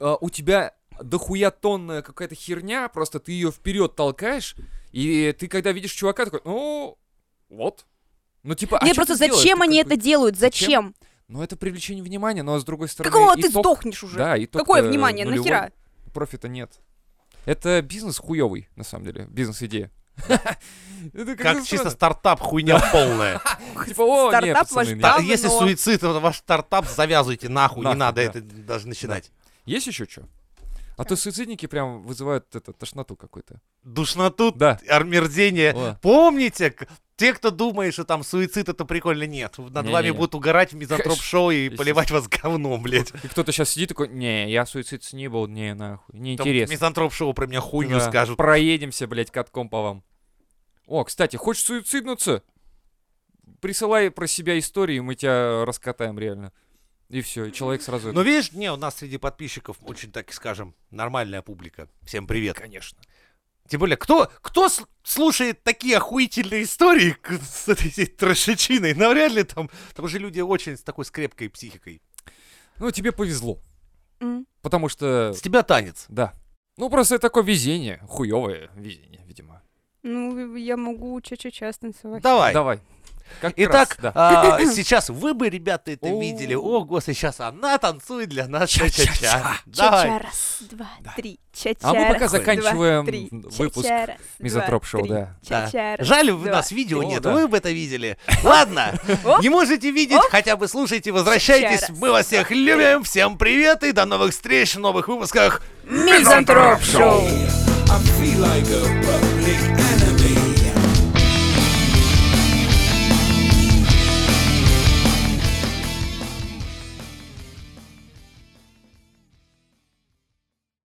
Speaker 2: а, у тебя дохуя тонная какая-то херня, просто ты ее вперед толкаешь, и ты когда видишь чувака, такой, ну, вот. Ну, типа, а
Speaker 3: Нет,
Speaker 2: чё
Speaker 3: просто
Speaker 2: ты сделаешь?
Speaker 3: зачем
Speaker 2: Ты
Speaker 3: они
Speaker 2: как бы-
Speaker 3: это делают?
Speaker 2: Зачем?
Speaker 3: Зачем?
Speaker 2: Ну, это привлечение внимания, но с другой стороны...
Speaker 3: Какого ты
Speaker 2: итог-
Speaker 3: сдохнешь уже?
Speaker 2: Да, итог
Speaker 3: Какое внимание? Нахера?
Speaker 2: Профита нет. Это бизнес хуёвый, на самом деле, бизнес-идея. Это
Speaker 1: Как
Speaker 2: же
Speaker 1: чисто
Speaker 2: странно.
Speaker 1: стартап хуйня полная.
Speaker 2: Типа, о, не,
Speaker 3: стартап
Speaker 2: пацаны,
Speaker 3: ваш
Speaker 2: не».
Speaker 1: Та-
Speaker 3: Явно,
Speaker 1: Если
Speaker 3: но-
Speaker 1: суицид, то ваш стартап завязывайте нахуй, не
Speaker 2: Нахуй,
Speaker 1: надо
Speaker 2: да.
Speaker 1: это даже начинать.
Speaker 2: Есть еще что? А то суицидники прям вызывают это, тошноту какую-то.
Speaker 1: Душноту,
Speaker 2: Да.
Speaker 1: армердение.
Speaker 2: О.
Speaker 1: Помните, к- те, кто думает, что там суицид это прикольно, нет. Над вами
Speaker 2: Не-не-не.
Speaker 1: будут угорать в мизантроп-шоу и
Speaker 2: Конечно.
Speaker 1: поливать вас говном, блядь.
Speaker 2: И кто-то сейчас сидит такой, не, я суицид не был, не, нахуй,
Speaker 1: Там
Speaker 2: неинтересно.
Speaker 1: Мизантроп-шоу про меня хуйню
Speaker 2: Да,
Speaker 1: скажут.
Speaker 2: Проедемся, блядь, катком по вам. О, кстати, хочешь суициднуться? Присылай про себя истории, мы тебя раскатаем реально. И все, человек сразу...
Speaker 1: Но Ну, видишь, не, у нас среди подписчиков очень, так скажем, нормальная публика. Всем привет.
Speaker 2: конечно.
Speaker 1: Тем более, кто, кто с- слушает такие охуительные истории к- с этой всей трэшечиной? Навряд ли там, там же люди очень с такой скрепкой психикой.
Speaker 2: Ну, тебе повезло,
Speaker 3: М.
Speaker 2: потому что...
Speaker 1: С тебя танец.
Speaker 2: Да. Ну, просто это такое везение, хуевое везение, видимо.
Speaker 3: Ну, я могу ча-ча-ча станцевать.
Speaker 1: Давай.
Speaker 2: Ну, Давай. Как
Speaker 1: Итак,
Speaker 2: раз, да.
Speaker 1: а, сейчас вы бы, ребята, это
Speaker 2: О.
Speaker 1: видели. О, господи, сейчас она танцует для нас ча-ча-ча.
Speaker 2: Ча-ча-ча.
Speaker 1: Давай.
Speaker 3: Ча-ча, раз, два,
Speaker 2: Да.
Speaker 3: три. Ча-ча,
Speaker 2: А мы пока
Speaker 3: раз,
Speaker 2: заканчиваем
Speaker 3: два, три.
Speaker 2: выпуск
Speaker 3: Ча-ча, раз, два,
Speaker 2: Мизантроп Шоу,
Speaker 3: три.
Speaker 2: да.
Speaker 1: Да.
Speaker 3: Ча-ча, раз,
Speaker 1: Жаль, у
Speaker 3: два.
Speaker 1: нас видео
Speaker 2: О,
Speaker 1: нет,
Speaker 2: да.
Speaker 1: вы бы это видели. Ладно,
Speaker 3: Оп.
Speaker 1: не можете видеть,
Speaker 3: Оп.
Speaker 1: хотя бы слушайте, возвращайтесь.
Speaker 3: Ча-ча-раз.
Speaker 1: Мы вас всех любим, всем привет и до новых встреч в новых выпусках.
Speaker 3: Мизантроп Шоу.
Speaker 5: I feel like a public enemy.